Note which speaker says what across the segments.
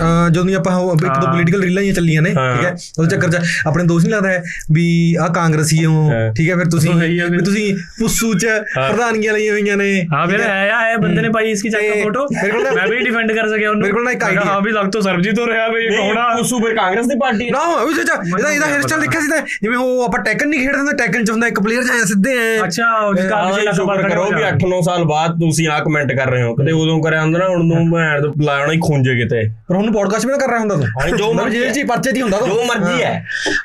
Speaker 1: ਅਹ ਜਦੋਂ ਦੀ ਆਪਾਂ ਹੋ- ਇੱਕ ਦੋ
Speaker 2: ਹਾਂ।
Speaker 1: ਪੋਲੀਟੀਕਲ ਰੀਲਾਂ ਹੀ ਚੱਲੀਆਂ ਨੇ
Speaker 2: ਹਾਂ।
Speaker 1: ਠੀਕ ਹੈ ਉਹਦੇ ਚੱਕਰ 'ਚ ਆਪਣੇ ਦੋਸਤ ਨਹੀਂ ਲੱਗਦਾ ਹੈ ਵੀ ਆਹ ਕਾਂਗਰਸੀ ਹੋ
Speaker 2: ਹਾਂ।
Speaker 1: ਠੀਕ ਹੈ ਫਿਰ ਤੁਸੀਂ
Speaker 2: ਉਹ ਹੈ ਹੀ ਆ ਫਿਰ।
Speaker 1: ਵੀ ਤੁਸੀਂ ਪੁੱਸੂ 'ਚ ਪ੍ਰਧਾਨੀਆਂ ਲਈਆਂ ਹੋਈਆਂ ਨੇ
Speaker 2: हाँ मेरे आया है बंदे ने भाई इसकी चाहिए
Speaker 1: ये-
Speaker 2: फोटो
Speaker 1: मेरे को ना-
Speaker 2: मैं भी डिफेंड कर सके
Speaker 1: मेरे को ना एक idea-
Speaker 2: हाँ भी लग तो सरबजीत हो रहा है भाई होना
Speaker 3: ਸੂਬੇ ਕਾਂਗਰਸ ਦੀ ਪਾਰਟੀ ਹੈ
Speaker 1: ਨਾ ਉਹ ਜਿਹੜਾ ਇਹਦਾ ਇਹਦਾ ਹੇਅਰ ਸਟਾਈਲ ਦੇਖਿਆ ਸੀ ਤਾਂ ਜਿਵੇਂ ਉਹ ਆਪਾਂ ਟੈਕਨ ਨਹੀਂ ਖੇਡਦੇ ਹੁੰਦੇ ਟੈਕਨ 'ਚ ਹੁੰਦਾ ਇੱਕ ਪਲੇਅਰ ਜਾਂ ਸਿੱਧੇ ਐ
Speaker 2: अच्छा
Speaker 3: ਕਾ
Speaker 2: उसका
Speaker 3: ਵੀ
Speaker 2: अभिषेक
Speaker 3: ਸ਼ੁਕਰ
Speaker 2: अग्रवाल
Speaker 3: ਕਰੋ
Speaker 2: हो
Speaker 3: ਵੀ
Speaker 2: जा।
Speaker 3: 8-9 ਸਾਲ ਬਾਅਦ ਤੁਸੀਂ ਆ ਕਮੈਂਟ ਕਰ ਰਹੇ ਹੋ ਕਦੇ ਉਦੋਂ ਕਰਿਆ ਹੁੰਦਾ ਨਾ ਹੁਣ ਨੂੰ ਮੈਂ ਲਾਉਣਾ ਹੀ ਖੁੰਝੇ ਕਿਤੇ
Speaker 1: ਪਰ ਹੁਣ ਪੋਡਕਾਸਟ ਵੀ ਨਾ ਕਰ ਰਿਹਾ ਹੁੰਦਾ ਤੂੰ
Speaker 3: ਹਾਂ, ਜੋ ਮਰਜ਼ੀ-
Speaker 1: ਜੇਲ੍ਹ 'ਚ ਹੀ ਪਰਚੇ 'ਚ ਹੀ ਹੁੰਦਾ ਤੂੰ
Speaker 3: ਜੋ ਮਰਜ਼ੀ ਹੈ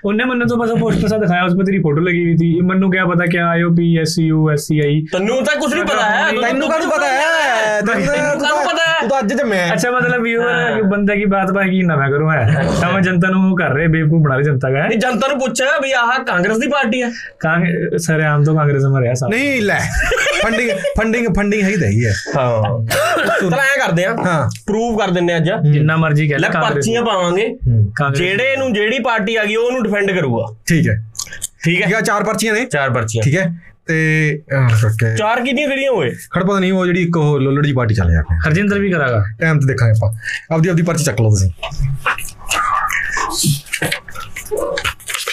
Speaker 2: उनने मन्नू तो बस वो पोस्टर सा दिखाया उसमें तेरी फोटो लगी हुई थी मन्नू क्या पता क्या I O P S U S C I
Speaker 3: ਤੈਨੂੰ ਤਾਂ ਕੁਝ ਨਹੀਂ ਪਤਾ ਹੈ
Speaker 1: ਤੈਨੂੰ ਕਾਹਨੂੰ ਪਤਾ ਹੈ ਤੈਨੂੰ
Speaker 3: ਤੈਨੂੰ ਕਾਹਨੂੰ ਪਤਾ ਹੈ?
Speaker 1: ਤੂੰ ਤਾਂ ਅੱਜ ਤੇ ਮੈਂ
Speaker 2: अच्छा मतलब व्यूअर बंदे की बात पर यकीन ना मैं करूं है हम जनता नु कर रहे बेवकूफ बना रहे जनता का है
Speaker 3: ਨਹੀਂ ਜਨਤਾ ਨੂੰ ਪੁੱਛ ਵੀ ਆਹ ਕਾਂਗਰਸ ਦੀ ਪਾਰਟੀ ਹੈ
Speaker 2: कांग सर हम तो कांग्रेस में रहे हैं साहब
Speaker 1: ਨਹੀਂ ਲੈ ਫੰਡਿੰਗ ਫੰਡਿੰਗ ਫੰਡਿੰਗ ਹੈ ਹੀ ਤਾਂ ਹੈਗੀ ਹੈ
Speaker 3: ਹਾਂ ਚਲ ਐ ਕਰਦੇ ਆ
Speaker 1: ਹਾਂ
Speaker 3: ਪ੍ਰੂਵ ਕਰ ਦਿੰਨੇ ਅੱਜ
Speaker 2: जिन्ना मर्जी कह
Speaker 3: ਲੈ
Speaker 2: ले कांग्रेस
Speaker 3: ਪਰਚੀਆਂ ਪਾਵਾਂਗੇ
Speaker 2: कांग्रेस
Speaker 3: ਜਿਹੜੇ ਨੂੰ ਜਿਹੜੀ ਪਾਰਟੀ ਆ ਗਈ ਉਹਨੂੰ ਡਿਫੈਂਡ ਕਰੂਗਾ
Speaker 1: ਠੀਕ ਹੈ
Speaker 3: ਠੀਕ
Speaker 1: ਠੀਕ
Speaker 3: ਹੈ
Speaker 1: ਹੈ ਚਾਰ ਪਰਚੀਆਂ ਨੇ
Speaker 3: ਚਾਰ ਪਰਚੀਆਂ
Speaker 1: ਠੀਕ ਹੈ ਤੇ ਅਹ, okay।
Speaker 3: ਚਾਰ ਕਿੰਨੀਆਂ ਕਿਹੜੀਆਂ ਹੋਏ
Speaker 1: ਖੜ ਪਤਾ ਨਹੀਂ ਉਹ ਜਿਹੜੀ ਇੱਕ ਉਹ ਲੋਲੜ ਜੀ ਪਾਰਟੀ ਚੱਲ ਜਾਂਦੀ
Speaker 2: हरजिंदर भी करागा
Speaker 1: ਟਾਈਮ ਤੇ ਦੇਖਾਂਗੇ ਆਪਾਂ ਆਪਦੀ ਆਪਦੀ ਪਰਚੀ ਚੱਕ ਲਓ ਤੁਸੀਂ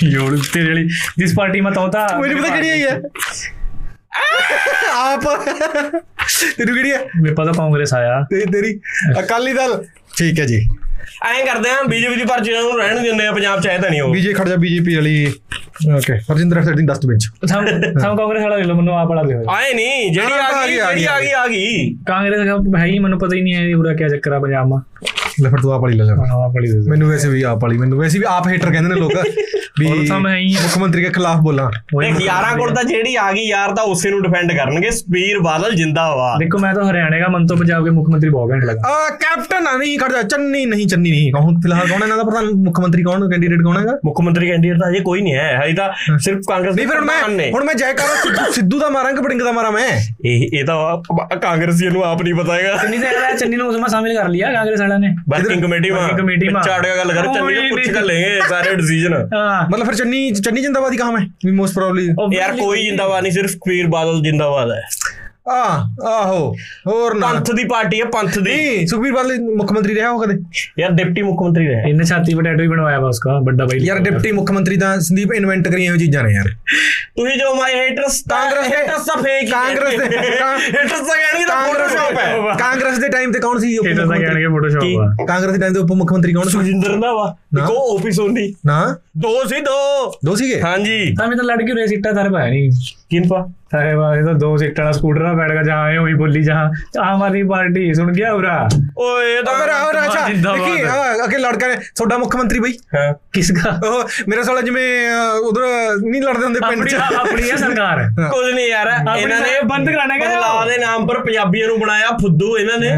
Speaker 2: योर तेरे वाली जिस पार्टी में तोता
Speaker 1: ਮੈਨੂੰ ਪਤਾ ਕਿਹੜੀ ਆਈ ਹੈ ਆਪ ਤੇਰੀ ਕਿਹੜੀ ਹੈ
Speaker 2: मेरे पता कांग्रेस आया
Speaker 1: ਤੇਰੀ ਤੇਰੀ ਅਕਾਲੀ ਦਲ ਠੀਕ ਹੈ ਜੀ
Speaker 3: ਐਂ ਕਰਦੇ ਆ ਬੀਜੇਪੀ ਦੀ ਪਰਚੀਆਂ ਨੂੰ ਰਹਿਣ ਦਿੰਦੇ ਆ ਪੰਜਾਬ ਚ ਐ ਤਾਂ ਨਹੀਂ ਉਹ
Speaker 1: ਬੀਜੇ ਖੜ ਜਾ ਬੀਜੇਪੀ ਵਾਲੀ ਓਕੇ ਹਰਜਿੰਦਰ ਸਿੰਘ ਡਸਟਬਿਨ ਚ
Speaker 2: हम हम कांग्रेस वाला ले लो मनु आप वाला ले लो
Speaker 3: ਆਏ ਨਹੀਂ ਜਿਹੜੀ
Speaker 1: ਹਾਂ,
Speaker 3: ਆ ਗਈ
Speaker 1: ਆ ਗਈ,
Speaker 3: ਜਿਹੜੀ
Speaker 1: ਆ
Speaker 3: ਆ ਗਈ ਆ ਗਈ
Speaker 2: कांग्रेस का भाई ही मनु पता ही नहीं है पूरा क्या चक्कर है पंजाब में
Speaker 1: ਲੈ ਫਿਰ ਤੂੰ ਆਪ ਵਾਲੀ ਲੈ ਲੈ
Speaker 2: हवा पड़ी दे दो।
Speaker 1: ਮੈਨੂੰ ਵੈਸੇ ਵੀ ਆਪ ਵਾਲੀ ਮੈਨੂੰ ਵੈਸੇ ਵੀ ਆਪ ਹੇਟਰ ਕਹਿੰਦੇ ਨੇ ਲੋਕ ਵੀ
Speaker 2: ਉਹ ਤਾਂ ਮੈਂ ਹੀ ਹਾਂ।
Speaker 1: ਮੁੱਖ ਮੰਤਰੀ ਦੇ ਖਿਲਾਫ ਬੋਲਾਂ
Speaker 2: वही-
Speaker 3: ਦੇਖ ਯਾਰਾਂ ਕੋਲ ਤਾਂ ਜਿਹੜੀ ਆ ਗਈ ਯਾਰ ਤਾਂ ਉਸੇ ਨੂੰ ਡਿਫੈਂਡ ਕਰਨਗੇ ਸਪੀਰ ਬਾਦਲ ਜਿੰਦਾਬਾਦ
Speaker 2: देखो मैं तो हरियाणा का मन तो पंजाब के मुख्यमंत्री बहुत घंटे लगा
Speaker 1: ਆ ਕੈਪਟਨ ਆ ਨਹੀਂ ਖੜ ਜਾ ਚੰਨੀ ਨਹੀਂ ਚੰਨੀ ਨਹੀਂ ਕੌਣ ਫਿਲਹਾਲ ਕੌਣ ਹੈ ਇਹਨਾਂ ਦਾ ਪ੍ਰਧਾਨ ਮੁੱਖ ਮੰਤਰੀ ਕੌਣ ਕੈਂਡੀਡੇਟ ਕੌਣ ਹੈਗਾ
Speaker 3: ਮੁੱਖ ਮੰਤਰੀ ਕੈਂਡੀਡੇਟ ਤਾਂ ਅਜੇ ਕੋਈ ਨਹੀਂ ਹੈ ਹਜੇ ਤਾਂ ਸਿਰਫ ਕਾਂਗਰਸ
Speaker 1: ਨਹੀਂ ਫਿਰ ਹੁਣ
Speaker 3: ਪ੍ਰਧਾਨ
Speaker 1: ਮੈਂ
Speaker 3: ਨੇ।
Speaker 1: ਹੁਣ ਮੈਂ ਜੈਕਾਰਾ ਸਿੱਧੂ- ਸਿੱਧੂ ਦਾ ਮਾਰਾਂ ਕਿ ਪਟਿੰਗ ਦਾ ਮਾਰਾਂ ਮੈਂ
Speaker 3: ਇਹ ਇਹ ਤਾਂ ਆਪ- ਕਾਂਗਰਸੀਆਂ ਨੂੰ ਆਪ ਨਹੀਂ ਪਤਾ ਹੈਗਾ
Speaker 2: चन्नी से आ रहा है चन्नी ने उसमें शामिल कर लिया कांग्रेस वाला ने
Speaker 3: ਵਰਕਿੰਗ ਕਮੇਟੀ ਮਾ
Speaker 2: working committee में।
Speaker 3: ਚਾੜ ਕੇ ਗੱਲ ਕਰ ਚੰਨੀ
Speaker 2: ਉਹ
Speaker 3: ਨੂੰ
Speaker 2: ਹੀ
Speaker 3: ਪੁੱਛ
Speaker 2: ਨਹੀਂ।
Speaker 3: ਕੇ ਲੈਣਗੇ ਸਾਰੇ ਡਿਸੀਜਨ
Speaker 2: हाँ
Speaker 1: ਮਤਲਬ ਫਿਰ ਚੰਨੀ ਚੰਨੀ ਜਿੰਦਾਬਾਦੀ ਕਹਾਂ ਮੈਂ ਵੀ ਮੋਸਟ ਪ੍ਰੋਬਬਲੀ
Speaker 3: ਯਾਰ
Speaker 2: Obviously-
Speaker 3: ਕੋਈ ਜਿੰਦਾਬਾਦ ਨਹੀਂ ਸਿਰਫ ਸਪੀਰ ਬਾਦਲ ਜਿੰਦਾਬਾਦ ਹੈ
Speaker 1: ਆ ਆਹੋ ਹੋਰ ਨਾ
Speaker 3: ਪੰਥ ਦੀ ਪਾਰਟੀ ਹੈ ਪੰਥ ਦੀ
Speaker 1: ਨਹੀਂ ਸੁਖਬੀਰ ਬਾਦਲ ਮੁੱਖ ਮੰਤਰੀ ਰਿਹਾ ਉਹ ਕਦੇ
Speaker 3: ਯਾਰ ਡਿਪਟੀ ਮੁੱਖ ਮੰਤਰੀ ਰਹੇ
Speaker 2: इनने छाती पर टैटू भी बनवाया हुआ उसका बड़ा भाई
Speaker 1: ਯਾਰ ਡਿਪਟੀ ਮੁੱਖ ਮੰਤਰੀ ਤਾਂ ਸੰਦੀਪ ਇਨਵੈਂਟ ਕਰੀਆਂ ਹੋਈ ਚੀਜ਼ਾਂ ਨੇ ਯਾਰ
Speaker 3: ਤੁਸੀਂ ਜੋ ਮਾਈ ਹੇਟਰਸ
Speaker 1: ਕਾਂਗਰਸ ਦੇ-
Speaker 3: ਹੇਟਰਸ ਦਾ ਫੇਕ
Speaker 1: ਕਾਂਗਰਸ ਦੇ- ਕਾਂ-
Speaker 3: ਹੇਟਰਸ ਦਾ ਕਹਿਣਗੇ ਤਾਂ
Speaker 1: ਕਾਂਗਰਸ
Speaker 3: ਫੋਟੋਸ਼ਾਪ ਹੈ
Speaker 1: ਕਾਂਗਰਸ ਦੇ ਟਾਈਮ ਤੇ ਕੌਣ ਸੀ ਉਪ
Speaker 2: ਇਹਦਾ
Speaker 1: ਮੁੱਖ
Speaker 2: ਤਾਂ
Speaker 1: ਮੰਤਰੀ?
Speaker 2: ਕਹਿਣਗੇ ਫੋਟੋਸ਼ਾਪ
Speaker 3: ਕੀ?
Speaker 2: ਆ
Speaker 1: ਕਾਂਗਰਸ ਦੇ ਟਾਈਮ ਤੇ ਉਪ ਮੁੱਖ ਮੰਤਰੀ ਕੌਣ ਸੀ
Speaker 3: ਸੁਖਜਿੰਦਰ ਨਾ ਵਾ ਦੇਖੋ ਓਪੀ ਸੋਨੀ
Speaker 1: ਨਾ
Speaker 3: ਦੋ ਸੀ ਦੋ
Speaker 1: ਦੋ ਸੀਗੇ
Speaker 3: ਹਾਂਜੀ
Speaker 2: ਤਾਂ ਮੈਂ ਤਾਂ ਲੜਕੀ ਰੇ ਸਿੱਟਾ ਦਰ ਪਾਇਆ ਨਹੀਂ
Speaker 3: ਕਿਨ ਪਾ
Speaker 2: ਸਾਰੇ ਵਾਲੇ ਤਾਂ ਦੋ ਸਿੱਟਾਂ ਦਾ ਸਕੂਟਰ ਨਾਲ ਬੈਠ ਕੇ ਜਾ ਆਏ ਹੋਈ ਬੋਲੀ ਜਹਾਂ ਆਮ ਆਦਮੀ ਪਾਰਟੀ ਸੁਣ ਗਿਆ ਉਰਾ
Speaker 3: ਓਏ ਇਹ
Speaker 1: ਪਰ
Speaker 3: ਤਾਂ
Speaker 1: ਹੋਰ ਅੱਛਾ
Speaker 2: ਜ਼ਿੰਦਾਬਾਦ।
Speaker 1: ਦੇਖੀ ਆ, ਅੱਗੇ ਲੜਕਾ ਨੇ ਤੁਹਾਡਾ ਮੁੱਖ ਮੰਤਰੀ ਬਈ
Speaker 3: ਹਾਂ
Speaker 2: ਕਿਸਕਾ
Speaker 1: ਉਹ ਮੇਰੇ ਸਾਲਾ ਜਿਵੇਂ ਉਧਰ ਨਹੀਂ ਲੜਦੇ ਹੁੰਦੇ ਪਿੰਡ
Speaker 2: ਆਪਣੀ
Speaker 1: ਚ
Speaker 2: ਆਪਣੀ ਹੈ ਸਰਕਾਰ
Speaker 3: ਕੁਝ ਨਹੀਂ ਯਾਰ ਇਹਨਾਂ ਨੇ
Speaker 2: ਸਰਕਾਰ ਬੰਦ ਕਰਾਉਣਾ ਕਿਆ?
Speaker 3: ਬਦਲਾਅ ਦੇ ਨਾਮ ਪਰ ਪੰਜਾਬੀਆਂ ਨੂੰ ਬਣਾਇਆ ਫੁੱਦੂ ਇਹਨਾਂ ਨੇ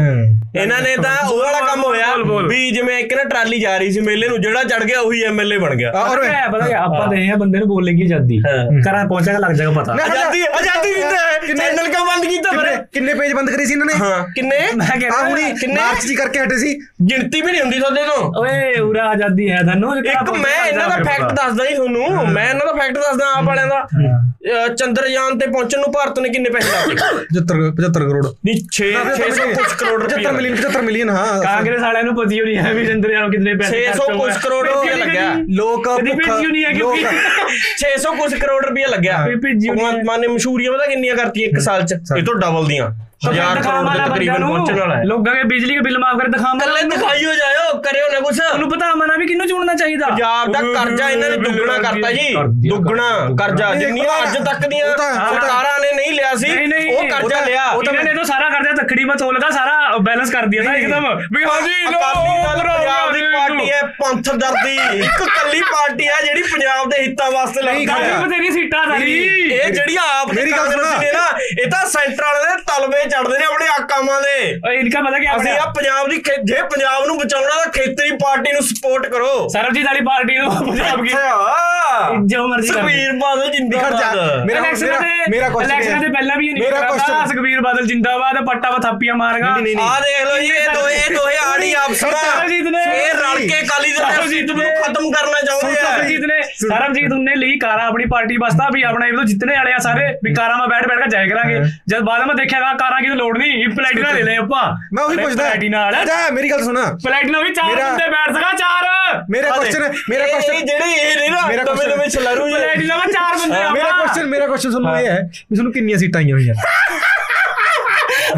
Speaker 3: ਇਹਨਾਂ ਨੇ ਤਾਂ ਉਹ ਵਾਲਾ ਕੰਮ ਹੋਇਆ
Speaker 2: ਬੋਲ, ਬੋਲ।
Speaker 3: ਵੀ ਜਿਵੇਂ ਇੱਕ ਨਾ ਟਰਾਲੀ ਜਾ ਰਹੀ ਸੀ ਮੇਲੇ ਨੂੰ ਜਿਹੜਾ ਚੜ ਗਿਆ ਉਹੀ ਐਮਐਲਏ ਬਣ ਗਿਆ
Speaker 1: ਔਰ
Speaker 2: ਪਤਾ ਹੈ ਪਤਾ ਹੈ ਆਪਾਂ ਦੇ ਆ ਬੰਦੇ ਨੂੰ ਬੋਲੇਗੀ ਆਜ਼ਾਦੀ
Speaker 3: ਹਾਂ।
Speaker 2: ਘਰਾਂ ਪਹੁੰਚੇਗਾ ਲੱਗ ਜਾਏਗਾ ਪਤਾ
Speaker 3: ਆਜ਼ਾਦੀ ਆਜ਼ਾਦੀ ਦਿੰਦੇ
Speaker 1: ਕਿੰਨੇ-
Speaker 3: ਚੈਨਲ ਕਿਉਂ ਬੰਦ ਕੀਤਾ
Speaker 1: ਕਿੰਨੇ
Speaker 3: ਫਿਰ
Speaker 1: ਕਿੰਨੇ ਪੇਜ ਬੰਦ ਕਰੀ ਸੀ ਇਹਨਾਂ ਨੇ
Speaker 3: ਹਾਂ ਕਿੰਨੇ
Speaker 2: ਮੈਂ ਕਹਿ
Speaker 1: ਆ
Speaker 2: ਰਿਹਾ
Speaker 1: ਹੁਣੀ
Speaker 3: ਕਿੰਨੇ?
Speaker 1: ਮਾਰਚ ਜੀ ਕਰਕੇ ਹਟੇ ਸੀ
Speaker 3: ਗਿਣਤੀ ਵੀ ਨਹੀਂ ਹੁੰਦੀ ਤੁਹਾਡੇ ਤੋਂ
Speaker 2: ਓਏ ਉਰਾ ਆਜ਼ਾਦੀ ਹੈ ਤੁਹਾਨੂੰ
Speaker 3: ਇੱਕ ਮੈਂ ਇਹਨਾਂ ਦਾ ਫੈਕਟ ਦੱਸਦਾ ਹੀ ਤੁਹਾਨੂੰ ਮੈਂ ਇਹਨਾਂ ਦਾ ਫੈਕਟ ਦੱਸਦਾ ਆਪ ਵਾਲਿਆਂ ਦਾ ਅਹ ਚੰਦਰਯਾਨ ਤੇ ਪਹੁੰਚਣ ਨੂੰ ਭਾਰਤ ਨੇ ਕਿੰਨੇ ਪੈਸੇ ਲਾਏ
Speaker 1: 75 75 ਕਰੋੜ
Speaker 3: ਨਹੀਂ 6 600 ਕੁਝ ਕਰੋੜ ਰੁਪਏ
Speaker 1: 75 ਮਿਲੀਅਨ 75 ਮਿਲੀਅਨ ਹਾਂ
Speaker 2: ਕਾਂਗਰਸ ਵਾਲਿਆਂ ਨੂੰ ਪਤਾ ਹੀ ਨਹੀਂ ਹੈ ਵੀ ਚੰਦਰਯਾਨ ਨੂੰ ਕਿੰਨੇ ਪੈਸੇ
Speaker 3: 600
Speaker 2: ਖਰਚ ਹੋਏ
Speaker 3: ਕੁਝ
Speaker 2: ਆ।
Speaker 3: ਕਰੋੜ
Speaker 2: ਪੈਸੇ
Speaker 3: ਰੁਪਏ
Speaker 2: ਨਹੀਂ
Speaker 3: ਲੱਗਿਆ
Speaker 2: ਕਦੀ।
Speaker 1: ਲੋਕ
Speaker 2: ਕਦੀ
Speaker 1: ਭੁੱਖ-
Speaker 2: ਭੇਜੀ ਨਹੀਂ ਹੈ ਕਿਉਂਕਿ
Speaker 1: ਲੋਕ-
Speaker 3: 600 ਕੁਝ ਕਰੋੜ ਰੁਪਏ ਲੱਗਿਆ
Speaker 2: ਕੋਈ ਭੇਜੀ ਹੋਈ
Speaker 3: ਭਗਵੰਤ ਮਾਨ ਨੇ ਮਸ਼ਹੂਰੀਆਂ ਪਤਾ ਕਿੰਨੀਆਂ ਕਰਤੀਆਂ ਇੱਕ ਸਾਲ ਚ ਇਹ ਤੋਂ ਡਬਲ ਦੀਆਂ
Speaker 2: ਤਾਂ ਫਿਰ
Speaker 3: 1000
Speaker 2: ਦਿਖਾਉਣ
Speaker 3: ਕਰੋੜ ਦੇ
Speaker 2: ਵਾਲਾ ਬੰਦਿਆਂ
Speaker 3: ਤਕਰੀਬਨ ਪਹੁੰਚਣ ਵਾਲਾ ਹੈ
Speaker 2: ਨੂੰ ਲੋਕਾਂ ਦੇ ਬਿਜਲੀ ਦੇ ਬਿੱਲ ਮਾਫ ਕਰ ਦਿਖਾਵਾਂ
Speaker 3: ਕੱਲੇ ਦਿਖਾਈਓ ਜਾਇਓ ਕਰਿਓ ਨਾ ਕੁਛ
Speaker 2: ਤੁਹਾਨੂੰ ਪਤਾ ਮਨਾ ਵੀ ਕਿਹਨੂੰ ਚੁਣਨਾ ਚਾਹੀਦਾ
Speaker 3: ਪੰਜਾਬ ਦਾ ਕਰਜ਼ਾ ਇਹਨਾਂ ਨੇ ਦੁੱਗਣਾ ਕਰਤਾ ਜੀ ਦੁੱਗਣਾ ਕਰਜ਼ਾ ਜਿੰਨੀਆਂ ਅੱਜ ਤੱਕ ਦੀਆਂ ਸਰਕਾਰਾਂ ਨੇ ਨਹੀਂ ਲਿਆ ਸੀ
Speaker 2: ਨਹੀਂ ਨਹੀਂ
Speaker 3: ਉਹ ਕਰਜ਼ਾ ਲਿਆ
Speaker 2: ਉਹ ਤਾਂ ਇਹਨਾਂ ਨੇ ਤਾਂ ਸਾਰਾ ਕਰ ਦਿਆ ਤਖੜੀ ਮੈਂ ਤੋਲ ਦਾ ਸਾਰਾ ਬੈਲੈਂਸ ਕਰ ਦਿਆ ਨਾ ਇੱਕਦਮ ਵੀ ਹਾਂਜੀ ਲੋ
Speaker 3: ਅਕਾਲੀ ਦਲ ਪੰਜਾਬ ਦੀ ਪਾਰਟੀ ਹੈ ਪੰਥ ਦਰਦੀ ਇੱਕ ਕੱਲੀ ਪਾਰਟੀ ਹੈ ਜਿਹੜੀ ਪੰਜਾਬ ਦੇ ਹਿੱਤਾਂ ਵਾਸਤੇ ਲੜਦੀ
Speaker 1: ਗੱਲ
Speaker 3: ਹੈ
Speaker 2: ਕਾਲੀ ਬਤੇਰੀ ਸੀਟਾਂ ਦਾ ਨਹੀਂ
Speaker 3: ਇਹ ਜਿਹੜੀਆਂ ਆਪ ਦੇ
Speaker 1: ਮੇਰੀ ਗੱਲ
Speaker 3: ਕਾਂਗਰਸੀ
Speaker 1: ਸੁਣਾ।
Speaker 3: ਨੇ ਨਾ ਇਹ ਤਾਂ ਸੈਂਟਰ ਵਾਲੇ ਦੇ ਤਲਵੇ ਚੜਦੇ ਨੇ ਆਪਣੇ ਆਕਾਮਾਂ ਦੇ
Speaker 2: ਓਏ ਇਨਕਾ ਪਤਾ ਕੀ
Speaker 3: ਅਸੀਂ
Speaker 2: ਆਪਣੇ
Speaker 3: ਆ ਪੰਜਾਬ ਦੀ ਖੇ- ਜੇ ਪੰਜਾਬ ਨੂੰ ਬਚਾਉਣਾ ਤਾਂ ਖੇਤਰੀ ਪਾਰਟੀ ਨੂੰ ਸਪੋਰਟ ਕਰੋ
Speaker 2: ਸਰਬਜੀਤ ਵਾਲੀ ਪਾਰਟੀ ਨੂੰ ਪੰਜਾਬ ਕੀ
Speaker 3: ਅੱਛਾ
Speaker 2: ਜੋ ਮਰਜ਼ੀ ਕਰ
Speaker 3: ਸੁਖਬੀਰ ਬਾਦਲ
Speaker 1: ਖੜ ਜਾ।
Speaker 3: ਜਿੰਦਾਬਾਦ
Speaker 1: ਮੇਰਾ-
Speaker 2: ਇਲੈਕਸ਼ਨਾਂ
Speaker 1: ਮੇਰਾ-
Speaker 2: ਦੇ
Speaker 1: ਮੇਰਾ question
Speaker 2: ਇਲੈਕਸ਼ਨਾਂ ਦੇ
Speaker 1: ਹੈ।
Speaker 2: ਪਹਿਲਾਂ ਵੀ ਇਹ ਨਹੀਂ
Speaker 1: ਮੇਰਾ
Speaker 2: ਕਰਾ
Speaker 1: question-
Speaker 2: ਸੁਖਬੀਰ ਬਾਦਲ ਜਿੰਦਾਬਾਦ ਪੱਟਾ ਵਾ ਥਾਪੀਆਂ ਮਾਰਗਾ
Speaker 1: ਨਹੀਂ, ਨਹੀਂ, ਨਹੀਂ।
Speaker 3: ਆ ਦੇਖ ਲਓ ਜੀ ਇਹ ਦੋਏ ਦੋਏ ਆੜੀ ਆਪਸਰਾ
Speaker 2: ਸਰਬਜੀਤ ਨੇ
Speaker 3: ਇਹ ਰਲ ਕੇ ਅਕਾਲੀ ਦਲ ਦੇ
Speaker 2: ਸਰਬਜੀਤ
Speaker 3: ਨੂੰ
Speaker 2: ਨੇ-
Speaker 3: ਖਤਮ ਕਰਨਾ ਚਾਹੁੰਦੇ ਆ
Speaker 2: सरबजीत ने सरबजीत ने ली कारा अपनी पार्टी वास्ता भी अपने भी तो जितने आले आ सारे भी कारा में बैठ बैठ कर जाया करांगे जब बाद में देखेगा कारा की तो लोड नहीं ये प्लेटिना ले ले अपा
Speaker 1: ਮੈਂ ਉਹੀ ਪੁੱਛਦਾ
Speaker 2: प्लेटिना वाला
Speaker 1: ਜਾ ਮੇਰੀ ਗੱਲ ਸੁਣ
Speaker 2: प्लेटिना भी चार
Speaker 1: मेरा-
Speaker 2: बंदे बैठ सका चार
Speaker 1: ਮੇਰਾ
Speaker 3: ਆ ਦੇਖ,
Speaker 1: ਕੁਐਸਚਨ ਮੇਰਾ
Speaker 3: ਇਹ- ਇਹ
Speaker 1: ਕੁਐਸਚਨ
Speaker 3: ਜਿਹੜੇ ਇਹ ਨੇ
Speaker 1: ਮੇਰਾ
Speaker 3: ਨਾ ਦਮੇ
Speaker 1: question-
Speaker 3: ਦਮੇ ਛਲਾਰੂ ਜੇ
Speaker 2: प्लेटिना में चार बंदे
Speaker 1: ਮੇਰਾ ਕੁਐਸਚਨ ਮੇਰਾ ਕੁਐਸਚਨ ਤੁਹਾਨੂੰ ਇਹ ਹੈ ਵੀ ਤੁਹਾਨੂੰ ਕਿੰਨੀਆਂ ਸੀਟਾਂ ਆਈਆਂ ਹੋਈਆਂ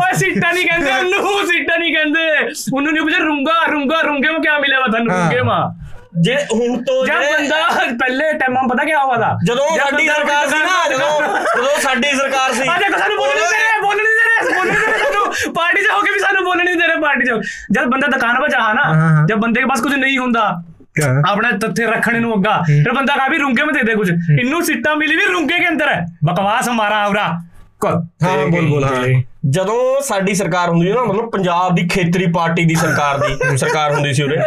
Speaker 2: और सीटा नहीं कहते उन्नू सीटा नहीं कहते उन्नू नहीं पूछे रूंगा रूंगा रूंगे में क्या मिलेगा धन
Speaker 1: हाँ।
Speaker 2: रूंगे में
Speaker 3: ਜੇ ਹੁਣ ਤੋਂ
Speaker 2: जब
Speaker 3: ਜੇ-
Speaker 2: बंदा पहले टाइम में पता क्या हुआ था
Speaker 3: ਜਦੋਂ
Speaker 2: जब
Speaker 3: ਸਾਡੀ
Speaker 2: बंदा-
Speaker 3: ਸਰਕਾਰ ਸੀ ਨਾ ਜਦੋਂ ਜਦੋਂ ਸਾਡੀ ਸਰਕਾਰ ਸੀ
Speaker 2: ਆ ਦੇਖੋ ਸਾਨੂੰ ਬੋਲਣ ਨਹੀਂ ਦੇ ਰਹੇ ਬੋਲਣ ਨਹੀਂ ਦੇ ਰਹੇ ਬੋਲਣ ਨਹੀਂ ਦੇ ਰਹੇ ਸਾਨੂੰ ਪਾਰਟੀ 'ਚ ਹੋ ਕੇ ਵੀ ਸਾਨੂੰ ਬੋਲਣ ਨਹੀਂ ਦੇ ਰਹੇ ਪਾਰਟੀ 'ਚ ਜਦ ਬੰਦਾ ਦੁਕਾਨ 'ਤੇ ਜਾਹਾ
Speaker 1: ਹਾਂ,
Speaker 2: ਨਾ
Speaker 1: ਹਾਂ।
Speaker 2: ਜਦ ਬੰਦੇ ਕੇ ਪਾਸ ਕੁਝ ਨਹੀਂ ਹੁੰਦਾ
Speaker 1: ਹਾਂ।
Speaker 2: ਆਪਣਾ ਤੱਥੇ ਰੱਖਣੇ ਨੂੰ ਅੱਗਾ ਫਿਰ ਬੰਦਾ ਕਹਾ ਵੀ ਰੁੰਗੇ ਮੇ ਦੇ ਦੇ ਕੁਝ ਇਹਨੂੰ ਸਿੱਟਾ ਮਿਲੀ ਵੀ ਰੁੰਗੇ ਕੇ ਅੰਦਰ ਹੈ ਬਕਵਾਸ ਹਮਾਰਾ ਆਵਰਾ
Speaker 1: ਹਾਂ ਬੋਲ ਬੋਲ ਹਾਂ
Speaker 3: ਜਦੋਂ ਸਾਡੀ ਸਰਕਾਰ ਹੁੰਦੀ ਸੀ ਨਾ ਮਤਲਬ ਪੰਜਾਬ ਦੀ ਖੇਤਰੀ ਪਾਰਟੀ ਦੀ ਸਰਕਾਰ ਦੀ ਸਰਕਾਰ ਹੁੰਦੀ ਸੀ ਉਰੇ